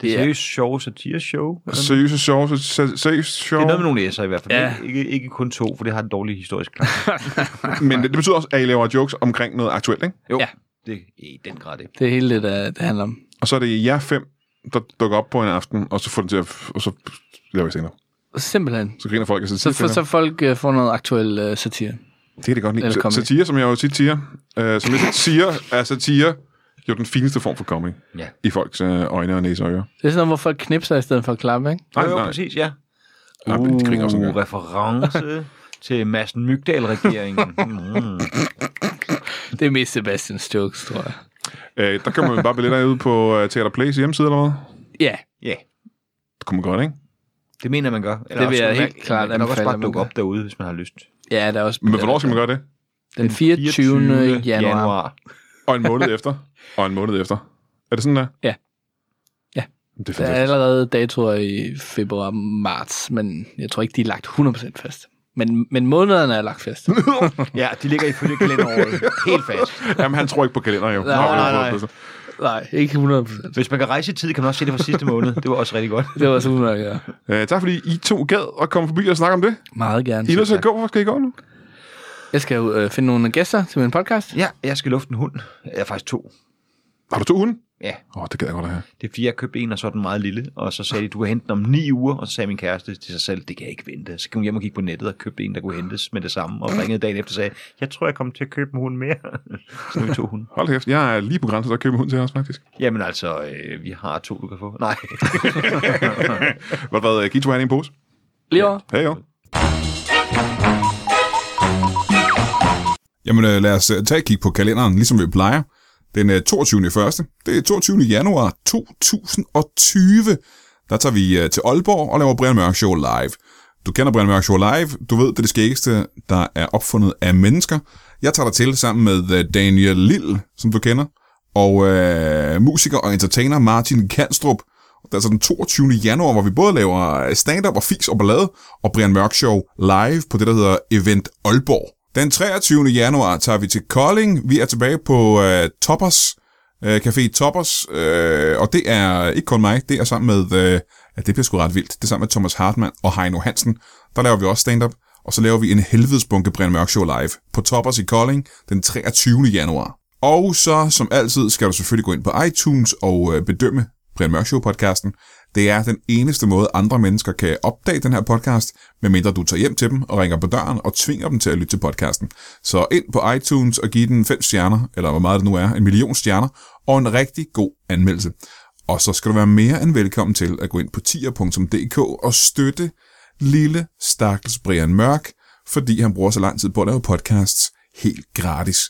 [SPEAKER 2] Det er
[SPEAKER 3] Ja.
[SPEAKER 2] seriøst sjovt satireshow. eller?
[SPEAKER 1] Seriøs og sjov, sa- sa- seriøs sjov.
[SPEAKER 2] Det er noget med nogle s'er i hvert fald.
[SPEAKER 3] Ja.
[SPEAKER 2] Ja. Ikke, ikke kun to, for det har en dårlig historisk klang.
[SPEAKER 1] Men det, det betyder også, at I laver jokes omkring noget aktuelt, ikke?
[SPEAKER 2] Jo,
[SPEAKER 3] Ja.
[SPEAKER 2] ja. det er i den grad det.
[SPEAKER 3] Det er hele det, der, det handler om.
[SPEAKER 1] Og så er det jer fem, der dukker op på en aften, og så får den til at... Og så laver I senere.
[SPEAKER 3] Simpelthen.
[SPEAKER 1] Så griner folk af
[SPEAKER 3] Så,
[SPEAKER 1] satire.
[SPEAKER 3] for,
[SPEAKER 1] senere.
[SPEAKER 3] så folk uh, får noget aktuel uh, satire.
[SPEAKER 1] Det kan det godt lide.
[SPEAKER 3] Eller
[SPEAKER 1] Sa-
[SPEAKER 3] comedy.
[SPEAKER 1] Satire, som jeg jo tit siger, øh, som jeg tit siger, er satire jo den fineste form for comedy.
[SPEAKER 2] Ja.
[SPEAKER 1] I folks øh, øjne og næse og ører.
[SPEAKER 3] Det er sådan noget, hvor folk knipser i stedet for at klappe, ikke?
[SPEAKER 1] Nej,
[SPEAKER 2] jo, jo,
[SPEAKER 1] nej.
[SPEAKER 2] præcis, ja.
[SPEAKER 1] Nej, men de griner også nogle gange.
[SPEAKER 2] Uh, reference til Madsen Mygdal-regeringen. Mm.
[SPEAKER 3] Det er mest Sebastians jokes, tror jeg.
[SPEAKER 1] Øh, der køber man bare billetter ud på øh, Theater Plays hjemmeside eller hvad?
[SPEAKER 3] Ja,
[SPEAKER 2] Ja,
[SPEAKER 1] Det kunne man godt, ikke?
[SPEAKER 2] det mener jeg, man gør. Eller
[SPEAKER 3] Det vil
[SPEAKER 2] også,
[SPEAKER 3] jeg
[SPEAKER 2] man-
[SPEAKER 3] helt klart
[SPEAKER 2] Man kan nok også
[SPEAKER 3] anbefale,
[SPEAKER 2] bare
[SPEAKER 3] at man
[SPEAKER 2] dukke
[SPEAKER 3] gør.
[SPEAKER 2] op derude, hvis man har lyst.
[SPEAKER 3] ja der er også...
[SPEAKER 1] Men hvornår skal man gøre det?
[SPEAKER 3] Den 24. 24. januar. januar.
[SPEAKER 1] Og en måned efter. Og en måned efter. Er det sådan der?
[SPEAKER 3] Ja.
[SPEAKER 1] Det er
[SPEAKER 3] Ja. Der er
[SPEAKER 1] fantastisk.
[SPEAKER 3] allerede datoer i februar marts, men jeg tror ikke, de er lagt 100% fast. Men, men månederne er lagt fast.
[SPEAKER 2] Ja, de ligger ifølge kalenderåret helt fast.
[SPEAKER 1] Jamen, han tror ikke på kalender, jo.
[SPEAKER 3] Nej,
[SPEAKER 1] Nå,
[SPEAKER 2] nej,
[SPEAKER 1] det er
[SPEAKER 2] nej.
[SPEAKER 1] fantastisk.
[SPEAKER 3] Nej, ikke 100%.
[SPEAKER 2] Hvis man kan rejse i tid, kan man også se det fra sidste måned. Det var også rigtig godt.
[SPEAKER 3] Det var så udmærket. ja.
[SPEAKER 1] Øh, tak fordi I to gad at komme forbi og snakke om det.
[SPEAKER 3] Meget gerne.
[SPEAKER 1] I er nødt til at gå. Hvor skal I gå nu?
[SPEAKER 3] Jeg skal jo øh, finde nogle gæster til min podcast.
[SPEAKER 2] Ja, jeg skal lufte en hund. Jeg er faktisk to.
[SPEAKER 1] Har du to hunde?
[SPEAKER 2] Ja,
[SPEAKER 1] Åh, oh, det gad jeg godt at have.
[SPEAKER 2] det er fordi, jeg købte en, og så er den meget lille. Og så sagde de, du kan hente den om ni uger. Og så sagde min kæreste til sig selv, det kan jeg ikke vente. Så kom hun hjem og gik på nettet og købte en, der kunne hentes med det samme. Og ringede dagen efter og sagde, jeg tror, jeg kommer til at købe en hund mere. så nu er vi to hunde.
[SPEAKER 1] Hold da kæft, jeg er lige på grænsen, der køber hund til os, faktisk.
[SPEAKER 2] Jamen altså, øh, vi har to, du kan få. Nej.
[SPEAKER 1] Hvad har været? Giv to en pose.
[SPEAKER 3] Lige over.
[SPEAKER 1] Hej jo.
[SPEAKER 4] Jamen øh, lad os øh, tage et kig på kalenderen, ligesom vi plejer. Den øh, 22. første. Det er 22. januar 2020. Der tager vi øh, til Aalborg og laver Brian Mørk Show live. Du kender Brian Mørk Show live. Du ved, det er det skæggeste, der er opfundet af mennesker. Jeg tager dig til sammen med øh, Daniel Lille, som du kender, og øh, musiker og entertainer Martin Kanstrup. Og Det er altså den 22. januar, hvor vi både laver øh, stand-up og fix og ballade, og Brian Mørk Show live på det, der hedder Event Aalborg. Den 23. januar tager vi til Kolding. Vi er tilbage på øh, Toppers, øh, Café Toppers, øh, og det er ikke kun mig, det er sammen med, øh, ja, det bliver sgu ret vildt, det er sammen med Thomas Hartmann og Heino Hansen. Der laver vi også stand-up, og så laver vi en helvedes bunke Brian Mørk Show live på Toppers i Kolding den 23. januar. Og så, som altid, skal du selvfølgelig gå ind på iTunes og øh, bedømme Brian Mørk Show-podcasten. Det er den eneste måde, andre mennesker kan opdage den her podcast, medmindre du tager hjem til dem og ringer på døren og tvinger dem til at lytte til podcasten. Så ind på iTunes og giv den fem stjerner, eller hvor meget det nu er, en million stjerner, og en rigtig god anmeldelse. Og så skal du være mere end velkommen til at gå ind på tier.dk og støtte lille stakkels Brian Mørk, fordi han bruger så lang tid på at lave podcasts helt gratis.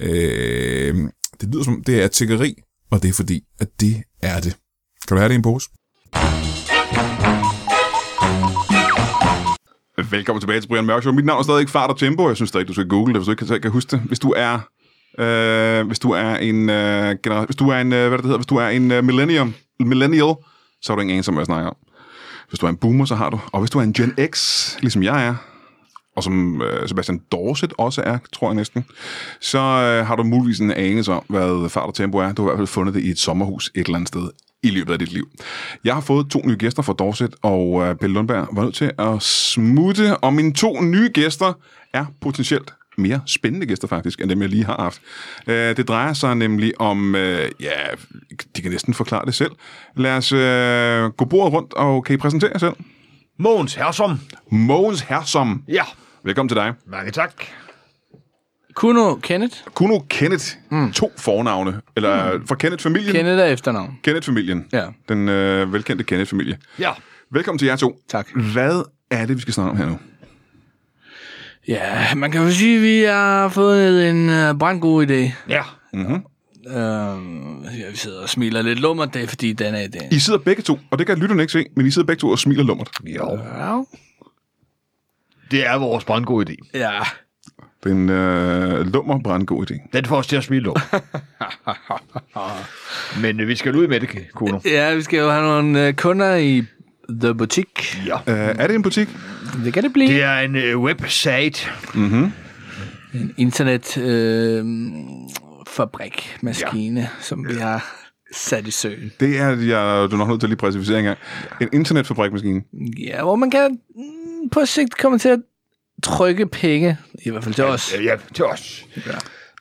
[SPEAKER 4] Øh, det lyder som, det er tiggeri, og det er fordi, at det er det. Kan du have det i en pose?
[SPEAKER 1] Velkommen tilbage til Brian Mørk Show. Mit navn er stadig ikke Fart og Tempo. Jeg synes stadig, du skal google det, hvis du ikke selv kan huske det. Hvis du er... Øh, hvis du er en... Øh, genera- hvis du er en... Øh, hvad er det det hedder? Hvis du er en øh, millennium, millennial, så har du ingen anelse om, hvad jeg snakker om. Hvis du er en boomer, så har du. Og hvis du er en Gen X, ligesom jeg er, og som øh, Sebastian Dorset også er, tror jeg næsten, så øh, har du muligvis en anelse om, hvad fart og tempo er. Du har i hvert fald fundet det i et sommerhus et eller andet sted i løbet af dit liv. Jeg har fået to nye gæster fra Dorset, og øh, Pelle Lundberg var nødt til at smutte, og mine to nye gæster er potentielt mere spændende gæster faktisk, end dem jeg lige har haft. Øh, det drejer sig nemlig om, øh, ja, de kan næsten forklare det selv. Lad os øh, gå bordet rundt, og kan I præsentere jer selv?
[SPEAKER 2] Måns Hersom.
[SPEAKER 1] Mogens Hersom,
[SPEAKER 2] Ja.
[SPEAKER 1] velkommen til dig.
[SPEAKER 2] Mange tak.
[SPEAKER 3] Kuno Kenneth.
[SPEAKER 1] Kuno Kenneth, mm. to fornavne, eller mm. fra Kenneth-familien.
[SPEAKER 3] Kenneth er efternavn.
[SPEAKER 1] Kenneth-familien.
[SPEAKER 3] Ja.
[SPEAKER 1] Den øh, velkendte Kenneth-familie.
[SPEAKER 2] Ja.
[SPEAKER 1] Velkommen til jer to.
[SPEAKER 3] Tak.
[SPEAKER 1] Hvad er det, vi skal snakke om her nu?
[SPEAKER 3] Ja, man kan jo sige, at vi har fået en uh, brandgod idé.
[SPEAKER 2] Ja.
[SPEAKER 3] Uh, ja, vi sidder og smiler lidt lummert, det er fordi, den er i dag.
[SPEAKER 1] I sidder begge to, og det kan lytterne ikke se, men I sidder begge to og smiler lummert.
[SPEAKER 2] Jo.
[SPEAKER 3] Ja.
[SPEAKER 2] Det er vores brandgode idé.
[SPEAKER 3] Ja.
[SPEAKER 1] Det er en øh, lummer brandgod idé.
[SPEAKER 2] Den får os til at smile over. Men øh, vi skal ud med det, Kuno.
[SPEAKER 3] Ja, vi skal jo have nogle øh, kunder i The Boutique.
[SPEAKER 2] Ja.
[SPEAKER 1] Øh, er det en butik?
[SPEAKER 3] Det kan det blive.
[SPEAKER 2] Det er en øh, website.
[SPEAKER 3] en internetfabrik, øh, øhm, maskine, ja. som vi har sat i søen.
[SPEAKER 1] Det er, jeg, du er nok nødt til at lige præcisere engang. En internetfabrikmaskine.
[SPEAKER 3] Ja, hvor man kan mm, på sigt komme til at trykke penge, i hvert fald til os.
[SPEAKER 2] Øh, Ja, til os. Ja.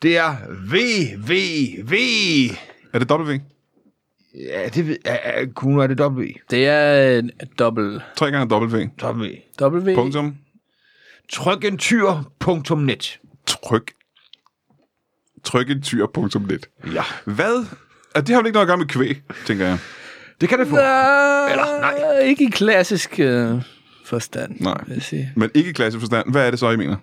[SPEAKER 2] Det er VVV.
[SPEAKER 1] Er det W?
[SPEAKER 2] Ja, det ved- er, er, Kuno, er det W?
[SPEAKER 3] Det er en dobbelt
[SPEAKER 1] Tre gange W.
[SPEAKER 2] W.
[SPEAKER 3] W.
[SPEAKER 1] Punktum.
[SPEAKER 2] Trykentyr.net.
[SPEAKER 1] Tryk. Tryk en tyr. Punktum net.
[SPEAKER 2] Ja.
[SPEAKER 1] Hvad? Er det har vel ikke noget at gøre med kvæg, tænker jeg.
[SPEAKER 2] Det kan det få. Eller,
[SPEAKER 3] Eller,
[SPEAKER 2] nej.
[SPEAKER 3] Ikke i klassisk øh, forstand,
[SPEAKER 1] Nej.
[SPEAKER 3] vil jeg sige.
[SPEAKER 1] Men ikke i klasseforstand. Hvad er det så, I mener?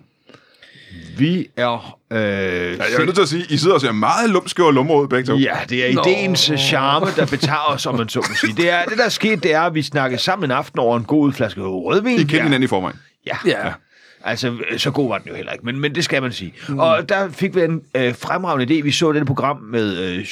[SPEAKER 2] Vi er... Øh,
[SPEAKER 1] Ja, jeg er nødt til at sige, I sidder og ser meget lumske og lummerud begge to.
[SPEAKER 2] Ja, det er
[SPEAKER 3] Nå.
[SPEAKER 2] ideens Nå. charme, der betager os, om man så må sige. Det, er, det der er sket, det er, at vi snakkede sammen en aften over en god flaske rødvin.
[SPEAKER 1] I kender ja. hinanden i forvejen.
[SPEAKER 2] Ja. ja.
[SPEAKER 3] Ja.
[SPEAKER 2] Altså, øh, så god var den jo heller ikke, men, men det skal man sige. Mm. Og der fik vi en øh, fremragende idé. Vi så det program med øh,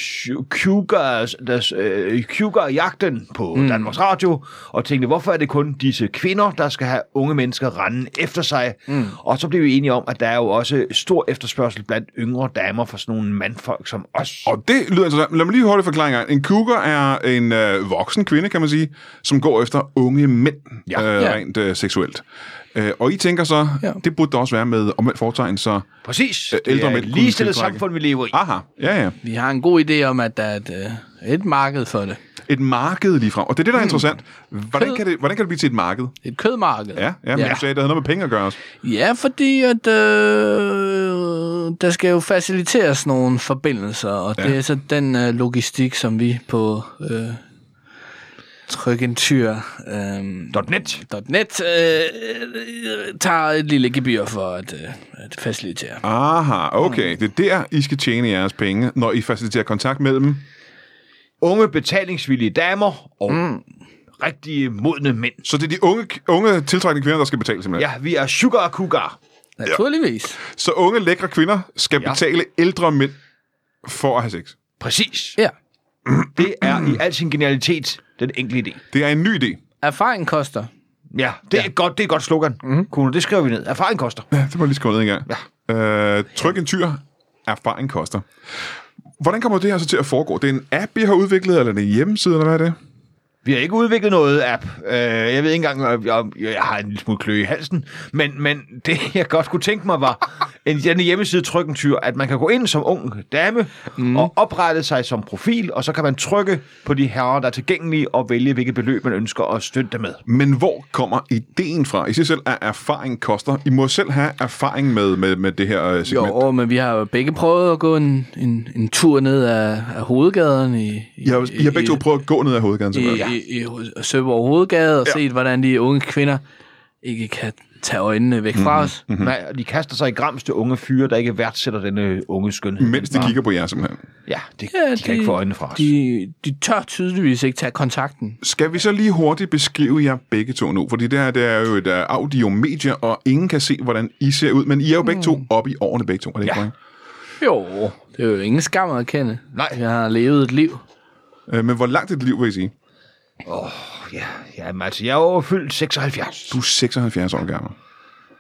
[SPEAKER 2] Cougars, deres, øh, Cougar-jagten på mm. Danmarks Radio, og tænkte, hvorfor er det kun disse kvinder, der skal have unge mennesker rende efter sig? Mm. Og så blev vi enige om, at der er jo også stor efterspørgsel blandt yngre damer for sådan nogle mandfolk som os.
[SPEAKER 1] Og det lyder interessant. Lad mig lige hurtigt forklare en gang. En cougar er en øh, voksen kvinde, kan man sige, som går efter unge mænd ja.
[SPEAKER 2] Ja.
[SPEAKER 1] Øh,
[SPEAKER 3] Ja.
[SPEAKER 1] rent øh, seksuelt. Øh, og I tænker så, ja.
[SPEAKER 3] Ja.
[SPEAKER 1] det burde der også være med omvendt foretegn, så...
[SPEAKER 2] Præcis.
[SPEAKER 1] Øh,
[SPEAKER 2] Det
[SPEAKER 1] ældre
[SPEAKER 2] er
[SPEAKER 1] mænd
[SPEAKER 2] et
[SPEAKER 1] kunne
[SPEAKER 2] ligestillet
[SPEAKER 1] tiltrække.
[SPEAKER 2] samfund, vi lever i.
[SPEAKER 1] Aha, ja ja.
[SPEAKER 3] Vi har en god idé om, at der er et, øh, et marked for det.
[SPEAKER 1] Et marked lige frem. Og det er det, der er interessant. Hvordan kan det, hvordan kan det blive til et marked?
[SPEAKER 3] Et kødmarked.
[SPEAKER 1] Ja, ja, men altså- ja.
[SPEAKER 3] Ja.
[SPEAKER 1] du sagde, det havde noget med penge at gøre også.
[SPEAKER 3] Ja, fordi at, øh, der skal jo faciliteres nogle forbindelser, og ja. det er så den øh, logistik, som vi på øh, trykentyr øh,
[SPEAKER 2] .net.
[SPEAKER 3] .net øh, øh, tager et lille gebyr for at, øh, at facilitere.
[SPEAKER 1] Aha, okay. Det er der, I skal tjene jeres penge, når I faciliterer kontakt mellem.
[SPEAKER 2] Unge betalingsvillige damer og mm. rigtige modne mænd.
[SPEAKER 1] Så det er de unge, unge tiltrækkende kvinder, der skal betale simpelthen.
[SPEAKER 2] Ja, vi er sugar cougar.
[SPEAKER 3] Naturligvis.
[SPEAKER 1] Så unge, lækre kvinder skal ja.
[SPEAKER 2] Ja.
[SPEAKER 1] betale ældre mænd for at have sex.
[SPEAKER 2] Præcis.
[SPEAKER 3] Ja.
[SPEAKER 2] Det er i al sin genialitet den enkle idé.
[SPEAKER 1] Det er en ny idé.
[SPEAKER 3] Erfaring koster.
[SPEAKER 2] Ja, det er, ja. Godt, det er et godt slogan. Mm. Kuno, det skriver vi ned. Erfaring koster.
[SPEAKER 1] Ja, det må jeg lige skrive ned en gang. Ja. Øh, tryk en tyr. Erfaring koster. Hvordan kommer det her så til at foregå? Det er en app, I har udviklet, eller er det en hjemmeside, eller hvad er det?
[SPEAKER 2] Vi har ikke udviklet noget app. Øh, Jeg ved ikke engang, om jeg, jeg har en lille smule klø i halsen. Men, men det, jeg godt kunne tænke mig, var en, den hjemmeside Trykkentyr, at man kan gå ind som ung dame mm. og oprette sig som profil, og så kan man trykke på de herrer, der er tilgængelige, og vælge, hvilket beløb man ønsker at støtte dem med.
[SPEAKER 1] Men hvor kommer ideen fra? I siger selv, at erfaring koster. I må selv have erfaring med, med, med det her øh, segment.
[SPEAKER 3] Jo, men vi har jo begge prøvet at gå en, en, en tur ned af, af hovedgaden i, i,
[SPEAKER 1] I har, I har begge to prøvet at gå ned ad hovedgaden,
[SPEAKER 3] i,
[SPEAKER 1] simpelthen.
[SPEAKER 3] i, i, i Søborg Hovedgade og
[SPEAKER 1] Ja.
[SPEAKER 3] ja. set, hvordan de unge kvinder ikke kan tage øjnene væk
[SPEAKER 1] Mhm.
[SPEAKER 3] fra os.
[SPEAKER 2] Mm-hmm. Nej, og de kaster sig i grams til unge fyre, der ikke værdsætter denne unge skønhed.
[SPEAKER 1] Mens de kigger på jer, simpelthen.
[SPEAKER 2] Ja, det,
[SPEAKER 3] Ja,
[SPEAKER 2] ja, de, de kan ikke få øjnene fra os.
[SPEAKER 3] De, de tør tydeligvis ikke tage kontakten.
[SPEAKER 1] Skal vi så lige hurtigt beskrive jer begge to nu? Fordi det her det er jo et uh, audiomedie, og ingen kan se, hvordan I ser ud. Men I er jo begge to oppe i årene, begge to. Er det ikke
[SPEAKER 2] Ja.
[SPEAKER 1] korrekt?
[SPEAKER 3] Jo, det er jo ingen skam at erkende.
[SPEAKER 2] Nej.
[SPEAKER 3] Jeg har levet et liv.
[SPEAKER 1] Øh, men hvor langt et liv vil I sige?
[SPEAKER 2] Ja, jamen, altså, jeg er overfyldt 76.
[SPEAKER 1] Du er 76 år gammel.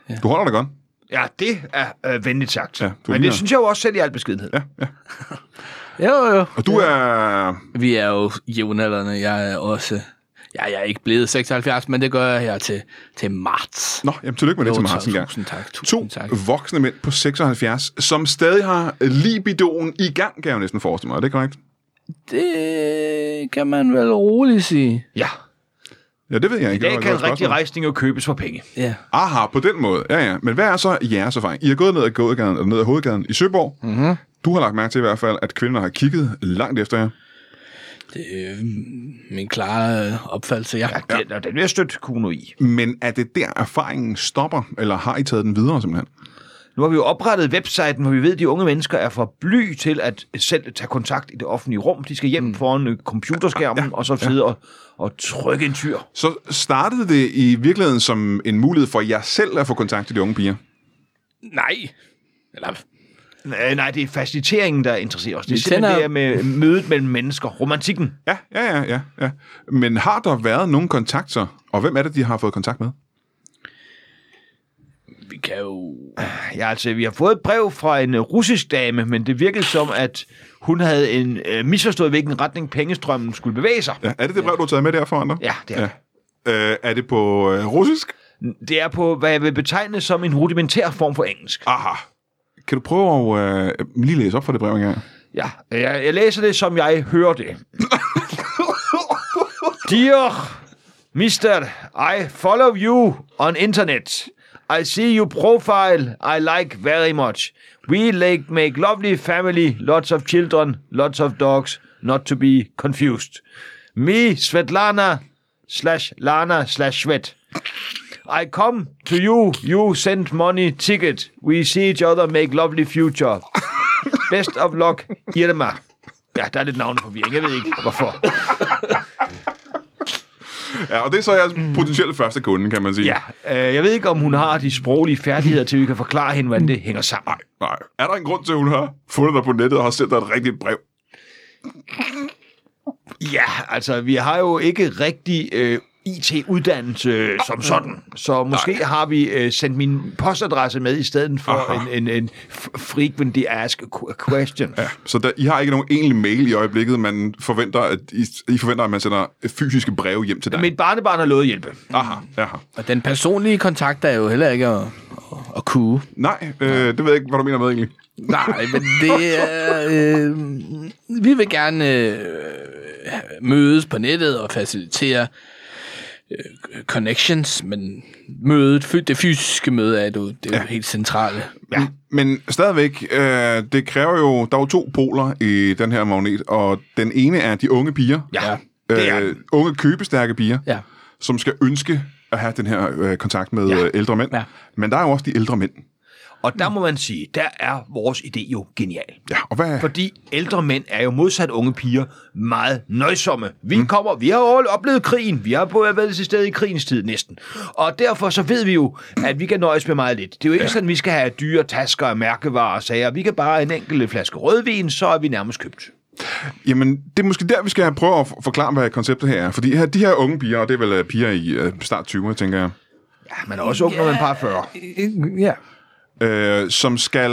[SPEAKER 1] Ja. Du holder dig godt.
[SPEAKER 2] Ja, det er øh, venligt sagt.
[SPEAKER 1] Ja,
[SPEAKER 2] Ja,
[SPEAKER 1] du
[SPEAKER 2] Men
[SPEAKER 1] ligner-
[SPEAKER 2] det synes jeg jo også selv i al beskedenhed. Ja.
[SPEAKER 3] Jo, jo.
[SPEAKER 1] Og du ja. er...
[SPEAKER 3] Vi er jo jævnaldrende. Jeg er også... Ja, jeg er ikke blevet 76, men det gør jeg her til, til marts.
[SPEAKER 1] Nå, jamen tillykke med det til
[SPEAKER 3] Jo, tak.
[SPEAKER 1] Martin engang.
[SPEAKER 3] Tusind tak, tusind
[SPEAKER 1] To
[SPEAKER 3] tak.
[SPEAKER 1] voksne mænd på 76, som stadig har libidoen i gang, kan jeg jo næsten forestille mig. Er det korrekt?
[SPEAKER 3] Det kan man vel roligt sige.
[SPEAKER 2] ja.
[SPEAKER 1] Ja, det ved jeg
[SPEAKER 2] I
[SPEAKER 1] ikke. Det var
[SPEAKER 2] dag
[SPEAKER 1] et
[SPEAKER 2] kan
[SPEAKER 1] godt
[SPEAKER 2] en rigtig
[SPEAKER 1] spørgsmål.
[SPEAKER 2] rejsning jo købes for penge.
[SPEAKER 3] Ja.
[SPEAKER 1] Aha, på den måde. Ja, ja. Men hvad er så jeres erfaring? I har gået ned ad, gågaden, eller ned ad hovedgaden i Søborg. Mm-hmm. Du har lagt mærke til i hvert fald, at kvinder har kigget langt efter jer.
[SPEAKER 3] Det er min klare øh, opfattelse, ja.
[SPEAKER 2] Ja. Den, og den vil jeg støtte Kuno i.
[SPEAKER 1] Men er det der, erfaringen stopper, eller har I taget den videre simpelthen?
[SPEAKER 2] Nu har vi jo oprettet websiten, hvor vi ved, at de unge mennesker er for bly til at selv tage kontakt i det offentlige rum. De skal hjem mm. foran øh, computerskærmen, ja. og så sidde og, og trykke en tyr.
[SPEAKER 1] Så startede det i virkeligheden som en mulighed for jer selv at få kontakt til de unge piger.
[SPEAKER 3] Nej. Eller,
[SPEAKER 2] Øh, Nej, nej, det er faciliteringen, der interesserer os. Det er
[SPEAKER 3] Vi
[SPEAKER 2] simpelthen det
[SPEAKER 3] tænder-
[SPEAKER 2] her med mødet mellem mennesker. Romantikken.
[SPEAKER 1] Ja, ja, ja, ja, ja. Men har der været nogen kontakt så? Og hvem er det, de har fået kontakt med?
[SPEAKER 3] vi kan jo...
[SPEAKER 2] Ja, altså, vi har fået et brev fra en øh, russisk dame, men det virkede som, at hun havde en øh, misforstået, hvilken retning pengestrømmen skulle bevæge sig.
[SPEAKER 1] Ja, er det det brev, du har taget med derfra, Andre?
[SPEAKER 2] Ja, det er det.
[SPEAKER 1] Øh, er det på øh, russisk?
[SPEAKER 2] Det er på, hvad jeg vil betegne som en rudimentær form for engelsk.
[SPEAKER 1] Aha. Kan du prøve at øh, lige læse op for det brev engang?
[SPEAKER 2] Ja, jeg, jeg læser det, som jeg hører det. Dear Mister, I follow you on internet. I see your profile I like very much. We like make lovely family, lots of children, lots of dogs, not to be confused. Me, Svetlana, slash Lana, slash Svet. I come to you, you send money ticket. We see each other, make lovely future. Best of luck, Irma. Ja, der er lidt navneforvirring, jeg ved ikke hvorfor.
[SPEAKER 1] Ja, og det er så jeres potentielle første kunde, kan man sige.
[SPEAKER 2] Ja, øh, jeg ved ikke, om hun har de sproglige færdigheder til, at vi kan forklare hende, hvordan det hænger sammen.
[SPEAKER 1] Nej. Er der en grund til, at hun har fundet dig på nettet og har sendt dig et rigtigt brev?
[SPEAKER 2] Ja, altså, vi har jo ikke rigtig øh, IT-uddannelse øh, som sådan, så måske Nej. har vi øh, sendt min postadresse med i stedet for Aha. en, en, en f- frequently asked qu- question. Ja.
[SPEAKER 1] Så der, I har ikke nogen egentlig mail i øjeblikket, man forventer, at I, I forventer, at man sender fysiske breve hjem til dig?
[SPEAKER 2] Mit barnebarn har lovet at hjælpe.
[SPEAKER 1] Aha, aha.
[SPEAKER 3] Og den personlige kontakt er jo heller ikke at, at, at kue.
[SPEAKER 1] Nej, øh, det ved jeg ikke, hvad du mener med egentlig.
[SPEAKER 3] Nej, men det er... Øh, vi vil gerne øh, mødes på nettet og facilitere øh, connections, men mødet, fy- det fysiske møde er jo, det er jo ja. helt centrale.
[SPEAKER 1] Ja. Mm, Men stadigvæk, øh, det kræver jo, der er jo to poler i den her magnet, og den ene er de unge piger.
[SPEAKER 2] Ja, det er
[SPEAKER 1] øh, unge købestærke piger,
[SPEAKER 3] Ja.
[SPEAKER 1] som skal ønske at have den her øh, kontakt med ja. øh, ældre mænd.
[SPEAKER 3] Ja.
[SPEAKER 1] Men der er jo også de ældre mænd.
[SPEAKER 2] Og der må man sige, der er vores idé jo genial.
[SPEAKER 1] Ja, og hvad...
[SPEAKER 2] Fordi ældre mænd er jo modsat unge piger meget nøjsomme. Vi mm. kommer, vi har jo oplevet krigen, vi har både været til stede i krigens tid næsten. Og derfor så ved vi jo, at vi kan nøjes med meget lidt. Det er jo ikke ja. sådan, at vi skal have dyre tasker af mærkevarer og sager. Vi kan bare en enkelt flaske rødvin, så er vi nærmest købt.
[SPEAKER 1] Jamen, det er måske der, vi skal prøve at forklare, hvad konceptet her er. Fordi her, de her unge piger, og det er vel øh, piger i øh, start 20'erne, tænker jeg,
[SPEAKER 2] Ja, man er også ung, når man er par 40.
[SPEAKER 3] Ja.
[SPEAKER 1] øh, som skal...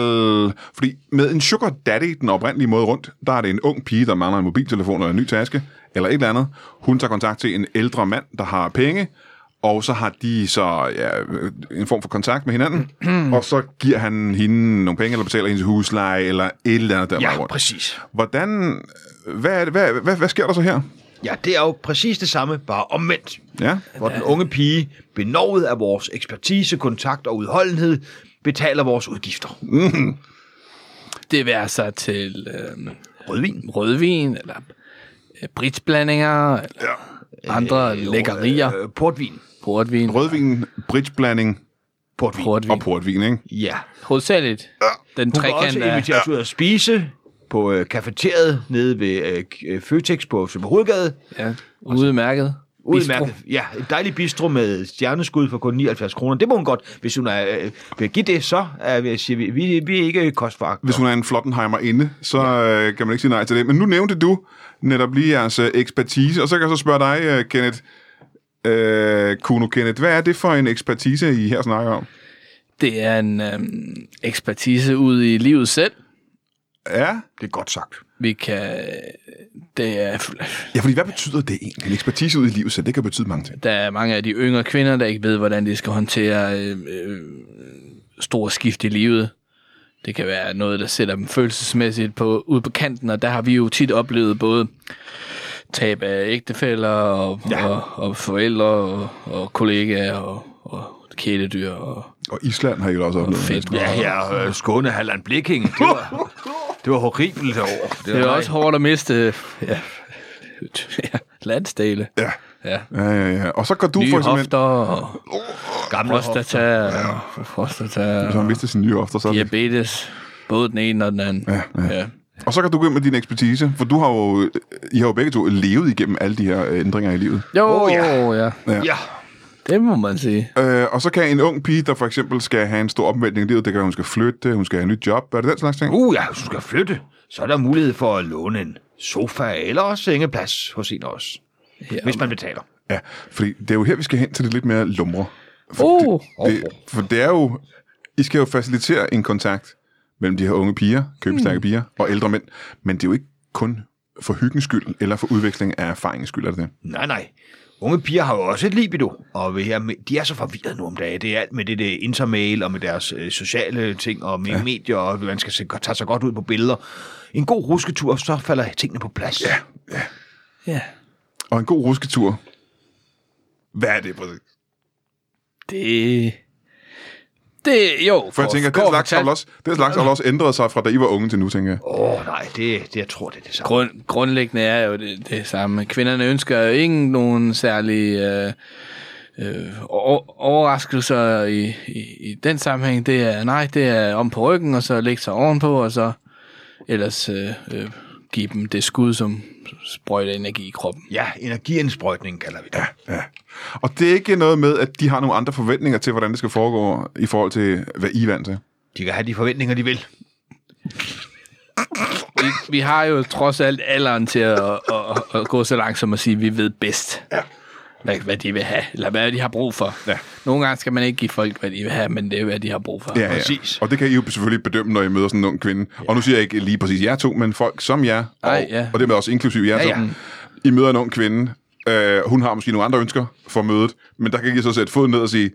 [SPEAKER 1] Fordi med en sugar daddy, den oprindelige måde rundt, der er det en ung pige, der mangler en mobiltelefon eller en ny taske, eller et eller andet. Hun tager kontakt til en ældre mand, der har penge, og så har de så ja, øh, en form for kontakt med hinanden, og så giver han hende nogle penge, eller betaler hendes husleje, eller et eller andet der vej
[SPEAKER 2] Ja,
[SPEAKER 1] rundt.
[SPEAKER 2] præcis.
[SPEAKER 1] Hvordan... øh, Hvad, er det, hvad, hvad, hvad sker der så her?
[SPEAKER 2] Ja, det er jo præcis det samme, bare omvendt.
[SPEAKER 1] Ja,
[SPEAKER 2] Hvor den unge pige, benovet af vores ekspertise, kontakt og udholdenhed, betaler vores udgifter.
[SPEAKER 3] Det være sig til øh,
[SPEAKER 2] Rødvin.
[SPEAKER 3] rødvin, eller øh, britsblandinger, eller ja. andre øh, lækkerier.
[SPEAKER 2] Øh, portvin.
[SPEAKER 3] portvin.
[SPEAKER 1] rødvin, bridgeblanding
[SPEAKER 2] Portvin.
[SPEAKER 1] og
[SPEAKER 3] portvin.
[SPEAKER 1] portvin, ikke?
[SPEAKER 2] Ja.
[SPEAKER 3] Hovedsageligt. Den
[SPEAKER 2] Hun kan
[SPEAKER 3] trekant
[SPEAKER 2] også
[SPEAKER 3] er...
[SPEAKER 2] inviteres ud at spise på øh, kafeteriet nede ved øh, k- øh, Føtex på Søberhovedgade.
[SPEAKER 3] Ja, udmærket.
[SPEAKER 2] Udmærket. Ja, et dejligt bistro med stjerneskud for kun 79 kroner. Det må hun godt. Hvis hun er, øh, vil give det, så er vi, siger vi, vi, vi er ikke kostfagt.
[SPEAKER 1] Hvis hun er en Flottenheimer inde, så ja. kan man ikke sige nej til det. Men nu nævnte du netop lige jeres øh, ekspertise, og så kan jeg så spørge dig, øh, Kenneth, øh, Kuno Kenneth, hvad er det for en ekspertise, I her snakker om?
[SPEAKER 3] Det er en øh, ekspertise ud i livet selv.
[SPEAKER 1] Ja,
[SPEAKER 2] Det er godt sagt.
[SPEAKER 3] Vi kan... Det er,
[SPEAKER 1] ja fordi hvad betyder det egentlig? En ekspertise ud i livet, så det kan betyde mange ting.
[SPEAKER 3] der er mange af de yngre kvinder, der ikke ved, hvordan de skal håndtere øh, øh, store skift i livet. Det kan være noget, der sætter dem følelsesmæssigt på, ud på kanten, og der har vi jo tit oplevet både tab af ægtefæller og, ja. og, og forældre og, og kollegaer og, og kæledyr og
[SPEAKER 1] Og Island har I vel også oplevet.
[SPEAKER 3] fedt.
[SPEAKER 2] Ja, her øh, Skåne Halland Blikking. Det var, det var horribelt derovre.
[SPEAKER 3] Det er også hårdt at miste ja, ja, landsdele.
[SPEAKER 1] Ja.
[SPEAKER 3] Ja.
[SPEAKER 1] Ja, ja, ja. Og så går du for
[SPEAKER 3] Nye
[SPEAKER 1] eksempel...
[SPEAKER 3] hofter og
[SPEAKER 2] gamle
[SPEAKER 3] prostata og prostata
[SPEAKER 1] Så
[SPEAKER 3] og
[SPEAKER 1] han mister sin nye hofter, så er det
[SPEAKER 3] diabetes. Både den ene og den anden. Ja, ja. ja.
[SPEAKER 1] Og så kan du gå ind med din ekspertise, for du har jo, I har jo begge to levet igennem alle de her øh, ændringer i livet.
[SPEAKER 3] Jo,
[SPEAKER 2] Åh,
[SPEAKER 3] oh,
[SPEAKER 2] ja.
[SPEAKER 3] ja. ja.
[SPEAKER 2] Ja.
[SPEAKER 3] Det må man sige.
[SPEAKER 1] Øh, og så kan en ung pige, der for eksempel skal have en stor omvæltning i livet, det kan være, hun skal flytte, hun skal have et nyt job, er det den slags ting?
[SPEAKER 2] Uh, ja, hvis du skal flytte, så er der mulighed for at låne en sofa eller også sengeplads hos en af os. Ja. Hvis man betaler.
[SPEAKER 1] Ja, fordi det er jo her, vi skal hen til det lidt mere lumre. For,
[SPEAKER 3] Uh.
[SPEAKER 1] det, det, for det er jo... I skal jo facilitere en kontakt mellem de her unge piger, købestærke mm. piger og ældre mænd, men det er jo ikke kun for hyggens skyld eller for udveksling af erfaringens skyld, er det det?
[SPEAKER 2] Nej, nej. Unge piger har jo også et libido, og vil her- de er så forvirret nu om dagen. Det er alt med det der intermail og med deres øh, sociale ting og med ja. medier, og man skal se, tage sig godt ud på billeder. En god rusketur, så falder tingene på plads. Ja.
[SPEAKER 3] Ja.
[SPEAKER 1] Og en god rusketur. Hvad er det præcis?
[SPEAKER 3] Det... Det, jo.
[SPEAKER 1] For jeg tænker, den slags, har vel også, den slags har vel også ændret sig fra da I var unge til nu, tænker jeg.
[SPEAKER 2] Åh, oh, nej, det, det, jeg tror, det er det samme.
[SPEAKER 3] Grund, grundlæggende er jo det, det samme. Kvinderne ønsker jo ikke nogen særlige øh, øh, over- overraskelser i, i, i den sammenhæng. Det er, nej, det er om på ryggen, og så lægge sig ovenpå, og så ellers øh, øh, give dem det skud, som sprøjter energi i kroppen.
[SPEAKER 2] Ja, energiindsprøjtning kalder vi det. Ja.
[SPEAKER 1] Ja. Og det er ikke noget med, at de har nogle andre forventninger til, hvordan det skal foregå i forhold til, hvad I er vant til.
[SPEAKER 2] De kan have de forventninger, de vil.
[SPEAKER 3] Vi, vi har jo trods alt alderen til at, at, at, at gå så langt som at sige, at vi ved bedst, ja. hvad, hvad de vil have, eller hvad de har brug for. Ja. Nogle gange skal man ikke give folk, hvad de vil have, men det er jo, hvad de har brug for.
[SPEAKER 2] præcis.
[SPEAKER 1] Og det kan I jo selvfølgelig bedømme, når I møder sådan en ung kvinde. Ja. Og nu siger jeg ikke lige præcis jer to, men folk som jer, og,
[SPEAKER 3] Ej, ja.
[SPEAKER 1] og det med også inklusive jer
[SPEAKER 2] Ja,
[SPEAKER 1] to.
[SPEAKER 2] ja.
[SPEAKER 1] I møder en ung kvinde, øh, hun har måske nogle andre ønsker for mødet, men der kan I så sætte foden ned og sige,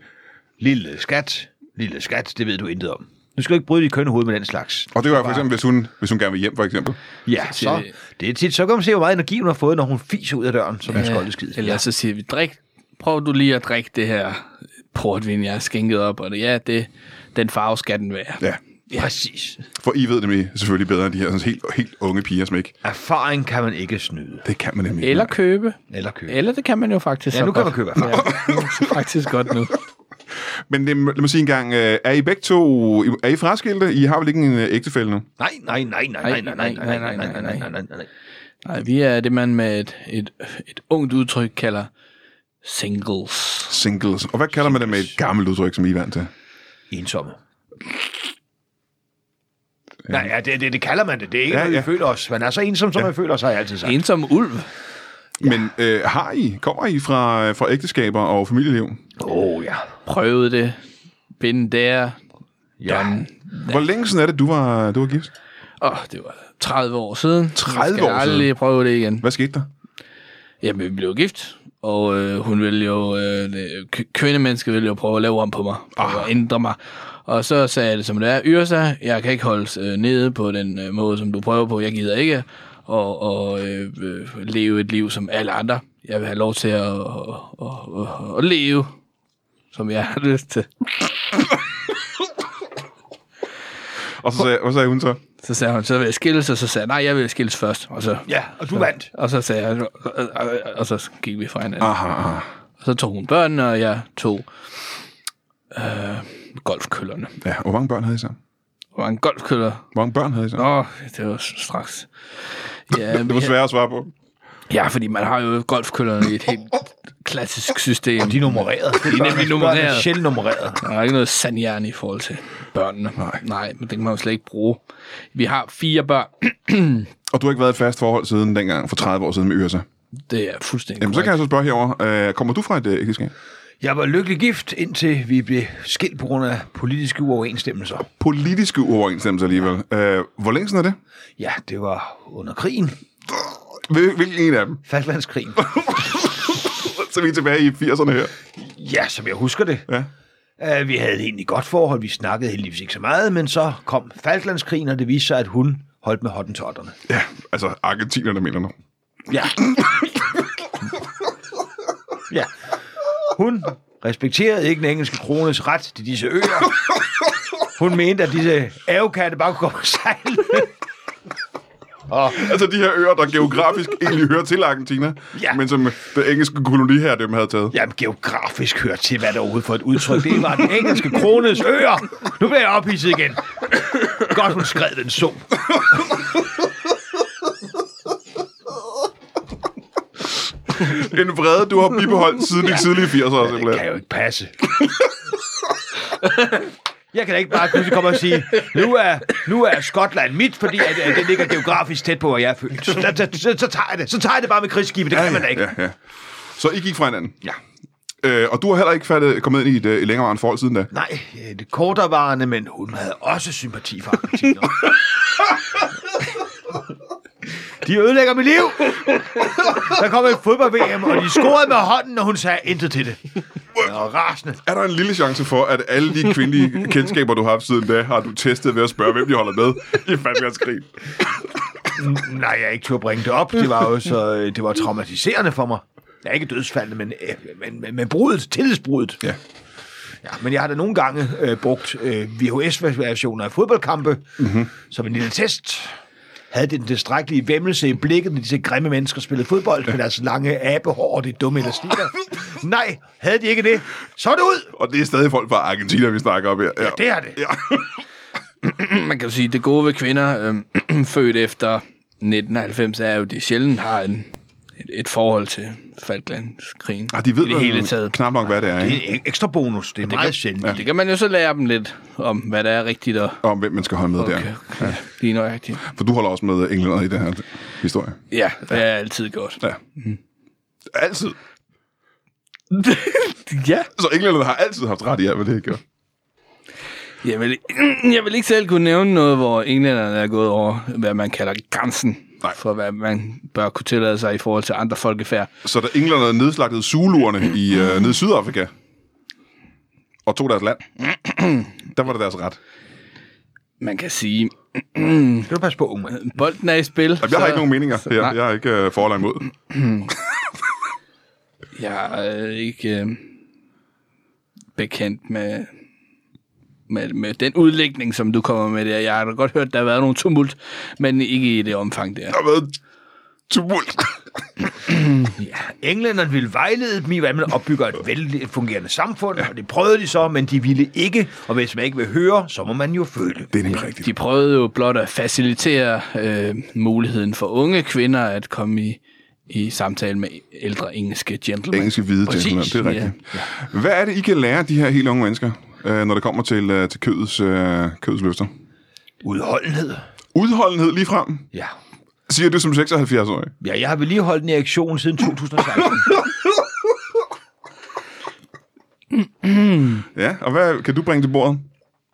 [SPEAKER 2] Lille skat, lille skat, det ved du intet om. Nu skal du ikke bryde dit kønne hoved med den slags.
[SPEAKER 1] og det gør jeg for eksempel, hvis hun, hvis hun gerne vil hjem, for eksempel.
[SPEAKER 2] Ja, så det er tit. Så kan man se, hvor meget energi hun har fået, når hun fiser ud af døren, som en skoldeskid.
[SPEAKER 3] Eller
[SPEAKER 2] Ja.
[SPEAKER 3] så siger vi, drik, prøv du lige at drikke det her portvin, jeg har skænket op, og det, ja, det, den farve skal den være.
[SPEAKER 1] Ja.
[SPEAKER 2] Præcis.
[SPEAKER 1] For I ved nemlig selvfølgelig bedre end de her sådan helt, helt unge piger, som ikke...
[SPEAKER 2] Erfaring kan man ikke snyde.
[SPEAKER 1] Det kan man nemlig ikke.
[SPEAKER 3] Eller købe.
[SPEAKER 2] Eller købe.
[SPEAKER 3] Eller det kan man jo faktisk
[SPEAKER 2] Ja,
[SPEAKER 3] så
[SPEAKER 2] nu kan man
[SPEAKER 3] godt.
[SPEAKER 2] købe erfaring.
[SPEAKER 3] Ja, det er faktisk godt nu.
[SPEAKER 1] Men det, lad mig sige en gang, øh, er I begge to... Er I fraskilte? I har vel ikke en øh, ægtefælle nu?
[SPEAKER 2] Nej, nej, nej, nej, nej, nej, nej, nej, nej, nej, nej, nej, nej, nej.
[SPEAKER 3] Nej, vi er det, man med et, et, et ungt udtryk kalder singles.
[SPEAKER 1] Singles. Og hvad kalder man det med et gammelt udtryk, som I er vant til?
[SPEAKER 2] Ensomme. Øh. Nej, ja, det, det, det kalder man det. Det er ikke
[SPEAKER 1] Ja,
[SPEAKER 2] ja, noget, vi
[SPEAKER 1] ja.
[SPEAKER 2] føler os. Man er så ensom, som man føler sig, har jeg altid sagt.
[SPEAKER 3] Ensom ulv.
[SPEAKER 1] Men øh, har I, kommer I fra, øh, fra ægteskaber og familieliv?
[SPEAKER 2] Åh, oh, ja.
[SPEAKER 3] Prøvede det. Binden der.
[SPEAKER 2] ja.
[SPEAKER 1] Hvor længe siden er det, du var, du var gift?
[SPEAKER 3] Åh, oh, det var 30 år siden.
[SPEAKER 1] 30
[SPEAKER 3] skal
[SPEAKER 1] år siden?
[SPEAKER 3] aldrig prøve det igen.
[SPEAKER 1] Hvad skete der?
[SPEAKER 3] Jamen, vi blev gift, og øh, hun ville jo, øh, det- k- kvindemennesket ville jo prøve at lave om på mig, prøve at ændre mig. Og så sagde jeg det, som det er, Yrsa, jeg kan ikke holdes øh, nede på den øh, måde, som du prøver på, jeg gider ikke og, og øh, øh, leve et liv som alle andre. Jeg vil have lov til at, at, at, at, at leve, som jeg har lyst til.
[SPEAKER 1] Og så sagde, hvad sagde hun så?
[SPEAKER 3] Så sagde hun, så vil jeg skilles, og så sagde jeg, nej, jeg vil skilles først. Og så,
[SPEAKER 2] Ja, og du vandt.
[SPEAKER 3] og så sagde jeg, og, og, og så gik vi fra hinanden.
[SPEAKER 1] Aha, aha.
[SPEAKER 3] Så tog hun børnene, og jeg tog øh, golfkøllerne.
[SPEAKER 1] Ja, og hvor mange børn havde I så?
[SPEAKER 3] Det var en golfkøller.
[SPEAKER 1] Hvor mange børn havde I så?
[SPEAKER 3] Åh, det var straks. Ja,
[SPEAKER 1] det var
[SPEAKER 3] men-
[SPEAKER 1] svært at svare på.
[SPEAKER 3] ja, fordi man har jo golfkøllerne i et helt klassisk system.
[SPEAKER 2] De er nummereret. De
[SPEAKER 3] er nemlig nummereret.
[SPEAKER 2] Børn er sjældent nummereret.
[SPEAKER 3] Der er ikke noget sandhjerne i forhold til børnene. Nej. Nej, men det kan man jo slet ikke bruge. Vi har fire børn.
[SPEAKER 1] Og du har ikke været i et fast forhold siden dengang, for 30 år siden med Yrsa.
[SPEAKER 3] Det er fuldstændig
[SPEAKER 1] Jamen, så kan jeg så spørge herover, øh, kommer du fra et øh, ægteskab?
[SPEAKER 2] Jeg var lykkelig gift, indtil vi blev skilt på grund af politiske uoverensstemmelser.
[SPEAKER 1] Politiske uoverensstemmelser alligevel. Øh, hvor længe siden er det?
[SPEAKER 2] Ja, det var under krigen.
[SPEAKER 1] Hvil- Hvilken en af dem?
[SPEAKER 2] Falklandskrigen.
[SPEAKER 1] Så er vi tilbage i 80'erne her.
[SPEAKER 2] Ja, som jeg husker det.
[SPEAKER 1] Ja.
[SPEAKER 2] Uh, vi havde et egentlig godt forhold. Vi snakkede heldigvis ikke så meget, men så kom Falklandskrigen, og det viste sig, at hun holdt med hottentotterne.
[SPEAKER 1] Ja, altså argentinerne mener du.
[SPEAKER 2] Ja. ja. Hun respekterede ikke den engelske krones ret til disse øer. Hun mente, at disse ærgekatte bare kunne komme og sejle.
[SPEAKER 1] Altså de her øer, der geografisk egentlig hører til Argentina,
[SPEAKER 2] Ja.
[SPEAKER 1] men som det engelske koloniherredømme havde taget.
[SPEAKER 2] Jamen, geografisk hører til, hvad der overhovedet for et udtryk. Det var den engelske krones øer. Nu bliver jeg ophidset igen. Godt, hun skrev den så.
[SPEAKER 1] en vrede, du har bibeholdt siden de tidlige 80'ere,
[SPEAKER 2] Det kan
[SPEAKER 1] simpelthen.
[SPEAKER 2] jo ikke passe. Jeg kan da ikke bare pludselig komme og sige, nu er, nu er Skotland mit, fordi at, at det ligger geografisk tæt på, hvor jeg er født. Så, så, så, så tager jeg det. Så tager jeg det bare med krigsskibet. Det kan man da ikke.
[SPEAKER 1] Ja, ja. Så I gik fra hinanden.
[SPEAKER 2] Ja.
[SPEAKER 1] Øh, og du har heller ikke fattet, kommet ind i et, øh, et længerevarende forhold siden da.
[SPEAKER 2] Nej, øh, det kortervarende, men hun havde også sympati for Argentina. De ødelægger mit liv. Der kom et fodbold-VM, og de scorede med hånden, og hun sagde intet til det. Jeg var rasende.
[SPEAKER 1] Er der en lille chance for, at alle de kvindelige kendskaber, du har haft siden da, har du testet ved at spørge, hvem de holder med i fandme
[SPEAKER 2] Nej, jeg er ikke turde bringe det op. Det var jo så, øh, det var traumatiserende for mig. Jeg er ikke dødsfaldende, men, øh, men, men, men brudet, tillidsbrudet.
[SPEAKER 1] Ja.
[SPEAKER 2] Ja, men jeg har da nogle gange øh, brugt øh, VHS-versioner af fodboldkampe mm-hmm. som en lille test. Havde det den tilstrækkelige vemmelse i blikket, når disse grimme mennesker spillede fod med deres lange abehår og de dumme elastikker? Nej, havde de ikke det, så er det ud!
[SPEAKER 1] Og det er stadig folk fra Argentina, vi snakker om her. Ja,
[SPEAKER 2] Det er det.
[SPEAKER 1] Ja.
[SPEAKER 3] Man kan jo sige, det gode ved kvinder, øh, født efter 1990, er jo, at de sjældent har en, et, et forhold til Falklandskrigen.
[SPEAKER 1] Ah, de ved
[SPEAKER 3] I det hele taget.
[SPEAKER 1] knap nok, hvad det er, ikke?
[SPEAKER 2] Det er en ekstra bonus. Det er meget sjældent.
[SPEAKER 3] Det kan man jo så lære dem lidt om, hvad der er rigtigt og
[SPEAKER 1] Om hvem man skal holde med okay.
[SPEAKER 3] okay,
[SPEAKER 1] der.
[SPEAKER 3] okay. lige nøjagtigt.
[SPEAKER 1] For du holder også med englænder i den her historie.
[SPEAKER 3] Ja, det er altid godt.
[SPEAKER 1] Ja. Altid.
[SPEAKER 3] ja.
[SPEAKER 1] Så englænderne har altid haft ret i alt, hvad det har gjort.
[SPEAKER 3] Jeg vil, jeg vil ikke selv kunne nævne noget, hvor englænderne er gået over, hvad man kalder grænsen
[SPEAKER 1] Nej.
[SPEAKER 3] for, hvad man bør kunne tillade sig i forhold til andre folkefærd.
[SPEAKER 1] Så da englænderne nedslagtede zuluerne i, øh, nede i Sydafrika, og tog deres land, der var det deres ret.
[SPEAKER 3] Man kan sige,
[SPEAKER 2] Det skal du passe på, unge mand.
[SPEAKER 3] bolden er i spil.
[SPEAKER 1] Jamen, jeg har ikke nogen meninger
[SPEAKER 3] så-
[SPEAKER 1] her.
[SPEAKER 3] nej.
[SPEAKER 1] Jeg er ikke øh, for eller imod.
[SPEAKER 3] Jeg er ikke øh, bekendt med, med, med den udlægning, som du kommer med der. Jeg har da godt hørt, der har været nogle tumult, men ikke i det omfang
[SPEAKER 1] Der
[SPEAKER 3] der.
[SPEAKER 1] har været tumult.
[SPEAKER 2] Englænderne ville vejlede dem i, hvordan man opbygger et velfungerende samfund, og det prøvede de så, men de ville ikke, og hvis man ikke vil høre, så må man jo føle.
[SPEAKER 1] Det er nemlig rigtigt.
[SPEAKER 3] De prøvede jo blot at facilitere øh, muligheden for unge kvinder at komme i, i samtale med ældre engelske gentlemen.
[SPEAKER 1] Engelske hvide
[SPEAKER 3] Præcis,
[SPEAKER 1] gentlemen, det er rigtigt. Ja. Hvad er det, I kan lære de her helt unge mennesker, øh, når det kommer til, øh, til kødets, øh, kødets løfter?
[SPEAKER 2] Udholdenhed.
[SPEAKER 1] Udholdenhed lige frem,
[SPEAKER 2] Ja.
[SPEAKER 1] siger du som 76-årig.
[SPEAKER 2] ja, jeg har vedligeholdt en erektion siden 2016.
[SPEAKER 1] Ja, og hvad kan du bringe til bordet?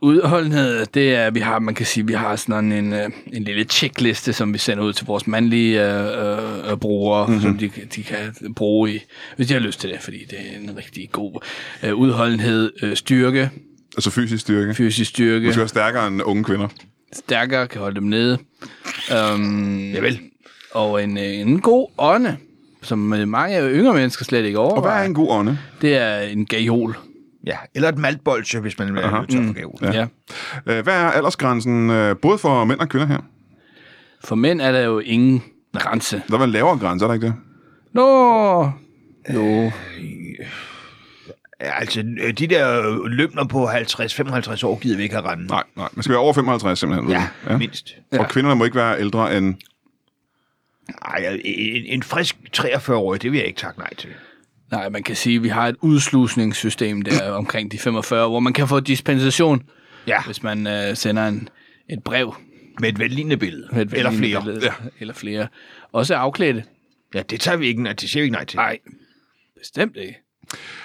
[SPEAKER 3] udholdenhed, det er, vi har, man kan sige, vi har sådan en, øh, en lille checkliste, som vi sender ud til vores mandlige øh, øh, brugere,
[SPEAKER 1] Mhm.
[SPEAKER 3] mm-hmm. som de, de kan bruge, i, hvis de har lyst til det, fordi det er en rigtig god øh, udholdenhed, øh, styrke,
[SPEAKER 1] Altså fysisk styrke.
[SPEAKER 3] fysisk
[SPEAKER 1] Du
[SPEAKER 3] styrke,
[SPEAKER 1] skal være stærkere end unge kvinder.
[SPEAKER 3] stærkere, kan holde dem nede. Um, Javel. Og en, øh, en god ånde, som øh, mange af yngre mennesker slet ikke
[SPEAKER 1] Og hvad er
[SPEAKER 3] overvejer.
[SPEAKER 1] en god ånde?
[SPEAKER 3] Det er en gajol.
[SPEAKER 2] ja. Eller et maltbolsje, hvis man er nødt til at forgave.
[SPEAKER 3] Ja. ja.
[SPEAKER 1] Øh, Hvad er aldersgrænsen øh, både for mænd og kvinder her?
[SPEAKER 3] For mænd er der jo ingen grænse.
[SPEAKER 1] Der var en lavere grænse, er der ikke det?
[SPEAKER 3] Nå! Jo.
[SPEAKER 2] Ja, altså, øh, de der øh, lømner på 50-55 år gider vi ikke have rende.
[SPEAKER 1] Nej, nej. Man skal være over 55 simpelthen. ved
[SPEAKER 2] Ja,
[SPEAKER 1] du.
[SPEAKER 2] ja, mindst.
[SPEAKER 1] Og kvinderne må ikke være ældre end...
[SPEAKER 2] Ej, en, en frisk 43-årig, det vil jeg ikke takke nej til.
[SPEAKER 3] Nej, man kan sige, at vi har et udslusningssystem der omkring de 45, hvor man kan få dispensation,
[SPEAKER 2] Ja,
[SPEAKER 3] hvis man øh, sender en, et brev.
[SPEAKER 2] med et vellignende billede.
[SPEAKER 3] Med et
[SPEAKER 2] Eller flere.
[SPEAKER 3] venligbillede Eller flere. Også afklædte.
[SPEAKER 2] Ja, det tager vi ikke, nej, det siger vi ikke nej til.
[SPEAKER 3] Nej, bestemt ikke.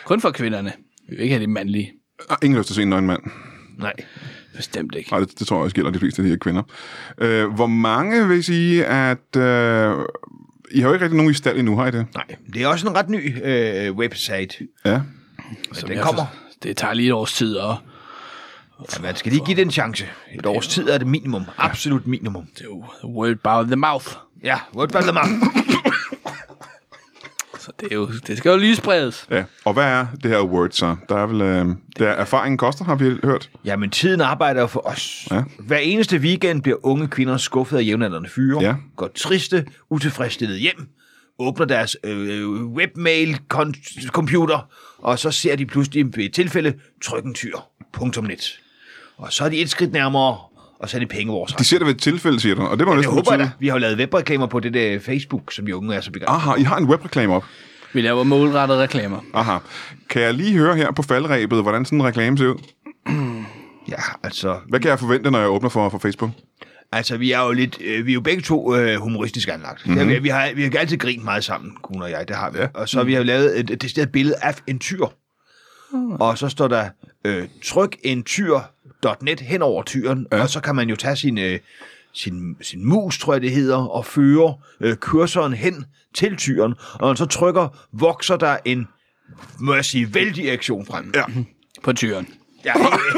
[SPEAKER 3] Kun for kvinderne. Vi vil ikke have de mandlige.
[SPEAKER 1] Ah, Ingen lyst til at se en nøgen mand.
[SPEAKER 2] nej.
[SPEAKER 3] Bestemt ikke.
[SPEAKER 1] Nej, det, det tror jeg også gælder de fleste af de her kvinder. Øh, hvor mange vil sige, at... Øh, I har jo ikke rigtig nogen i stald endnu, har I det?
[SPEAKER 2] Nej, det er også en ret ny øh, website.
[SPEAKER 1] Ja.
[SPEAKER 2] Så
[SPEAKER 3] Som
[SPEAKER 2] den
[SPEAKER 3] jeg
[SPEAKER 2] kommer.
[SPEAKER 3] For, det tager lige et års tid, og
[SPEAKER 2] Ja, man skal lige give den en chance. Et års tid er det minimum. Absolut minimum.
[SPEAKER 3] det er jo word by the mouth.
[SPEAKER 2] Ja, what about the man?
[SPEAKER 3] Så det, er jo, det skal jo lige spredes.
[SPEAKER 1] ja. Og hvad er det her word så? Der er vel... Øh, der erfaringen koster, har vi hørt.
[SPEAKER 2] Jamen, tiden arbejder jo for os.
[SPEAKER 1] Ja.
[SPEAKER 2] Ja. Hver eneste weekend bliver unge kvinder skuffet af jævnaldrende fyre,
[SPEAKER 1] Ja.
[SPEAKER 2] går triste, utilfredsstillede hjem, åbner deres øh, webmail-computer, og så ser de pludselig ved et tilfælde trykken tyr. Punktum net. Og så er de et skridt nærmere og så er det penge vores
[SPEAKER 1] De ser det ved et tilfælde, siger du, og det må jo
[SPEAKER 2] Jeg
[SPEAKER 1] næsten
[SPEAKER 2] håber jeg da.
[SPEAKER 1] betyde...
[SPEAKER 2] Vi har jo lavet webreklamer på det der Facebook, som de unge er så begejstrede.
[SPEAKER 1] Aha, I har en webreklame op.
[SPEAKER 3] Vi laver målrettede reklamer.
[SPEAKER 1] Aha. Kan jeg lige høre her på faldrebet, hvordan sådan en reklame ser ud?
[SPEAKER 2] Ja, altså,
[SPEAKER 1] Hvad kan jeg forvente, når jeg åbner for, for Facebook?
[SPEAKER 2] altså vi er jo lidt, øh, vi er jo begge to øh, humoristisk anlagt. Mm-hmm. Ja, vi, vi, har, vi har altid grint meget sammen, Kuno og jeg, det har vi. Ja. Mhm. Og så har vi jo lavet et, et decideret billede af en tyr. Og så står der, øh, tryk en tyr.net hen over tyren, ja. og så kan man jo tage sin, øh, sin, sin mus, tror jeg det hedder, og føre øh, kursoren hen til tyren, og når man så trykker, vokser der en, må jeg sige, vældig aktion frem. Ja.
[SPEAKER 3] På tyren.
[SPEAKER 2] Ja,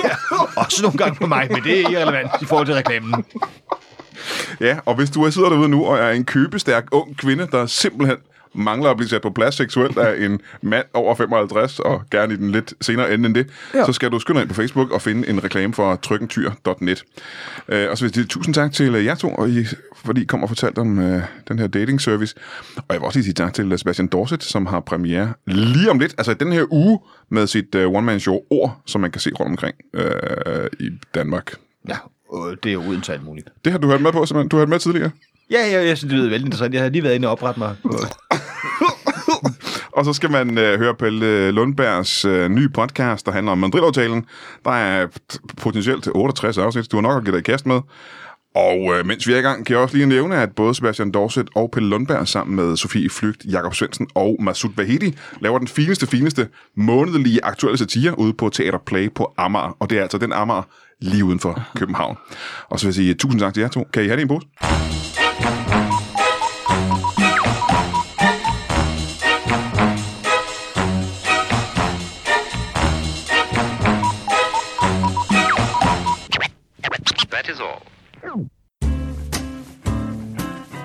[SPEAKER 2] ja. Også nogle gange på mig, men det er irrelevant i forhold til reklamen.
[SPEAKER 1] Ja, og hvis du sidder derude nu og er en købestærk ung kvinde, der simpelthen mangler at blive sat på plads seksuelt af en mand over 55, og gerne i den lidt senere ende end det, ja. så skal du skynde dig ind på Facebook og finde en reklame for trykkentyr.net. Øh, og så vil jeg sige tusind tak til øh, jer to, og I, fordi I kom og fortalte om øh, den her dating service. Og jeg vil også lige sige tak til øh, Sebastian Dorset, som har premiere lige om lidt, altså i den her uge, med sit øh, one-man-show Ord, som man kan se rundt omkring øh, i Danmark.
[SPEAKER 2] Ja, øh, det er jo uden alt muligt.
[SPEAKER 1] Det har du hørt med på, simpelthen. Du har hørt med tidligere.
[SPEAKER 2] Ja, ja, jeg synes, det lyder vældig interessant. Jeg havde lige været inde og oprette mig.
[SPEAKER 1] Og så skal man øh, høre Pelle Lundbergs øh, nye podcast, der handler om mandrilaftalen. Der er t- potentielt 68 afsnit, du har nok at give dig i kast med. Og øh, mens vi er i gang, kan jeg også lige nævne, at både Sebastian Dorset og Pelle Lundberg sammen med Sofie Flygt, Jakob Svendsen og Masud Vahedi laver den fineste, fineste månedlige aktuelle satire ude på Teater Play på Amager. Og det er altså den Amager lige uden for København. Og så vil jeg sige tusind tak til jer to. Kan I have det i en pose?
[SPEAKER 5] That is all.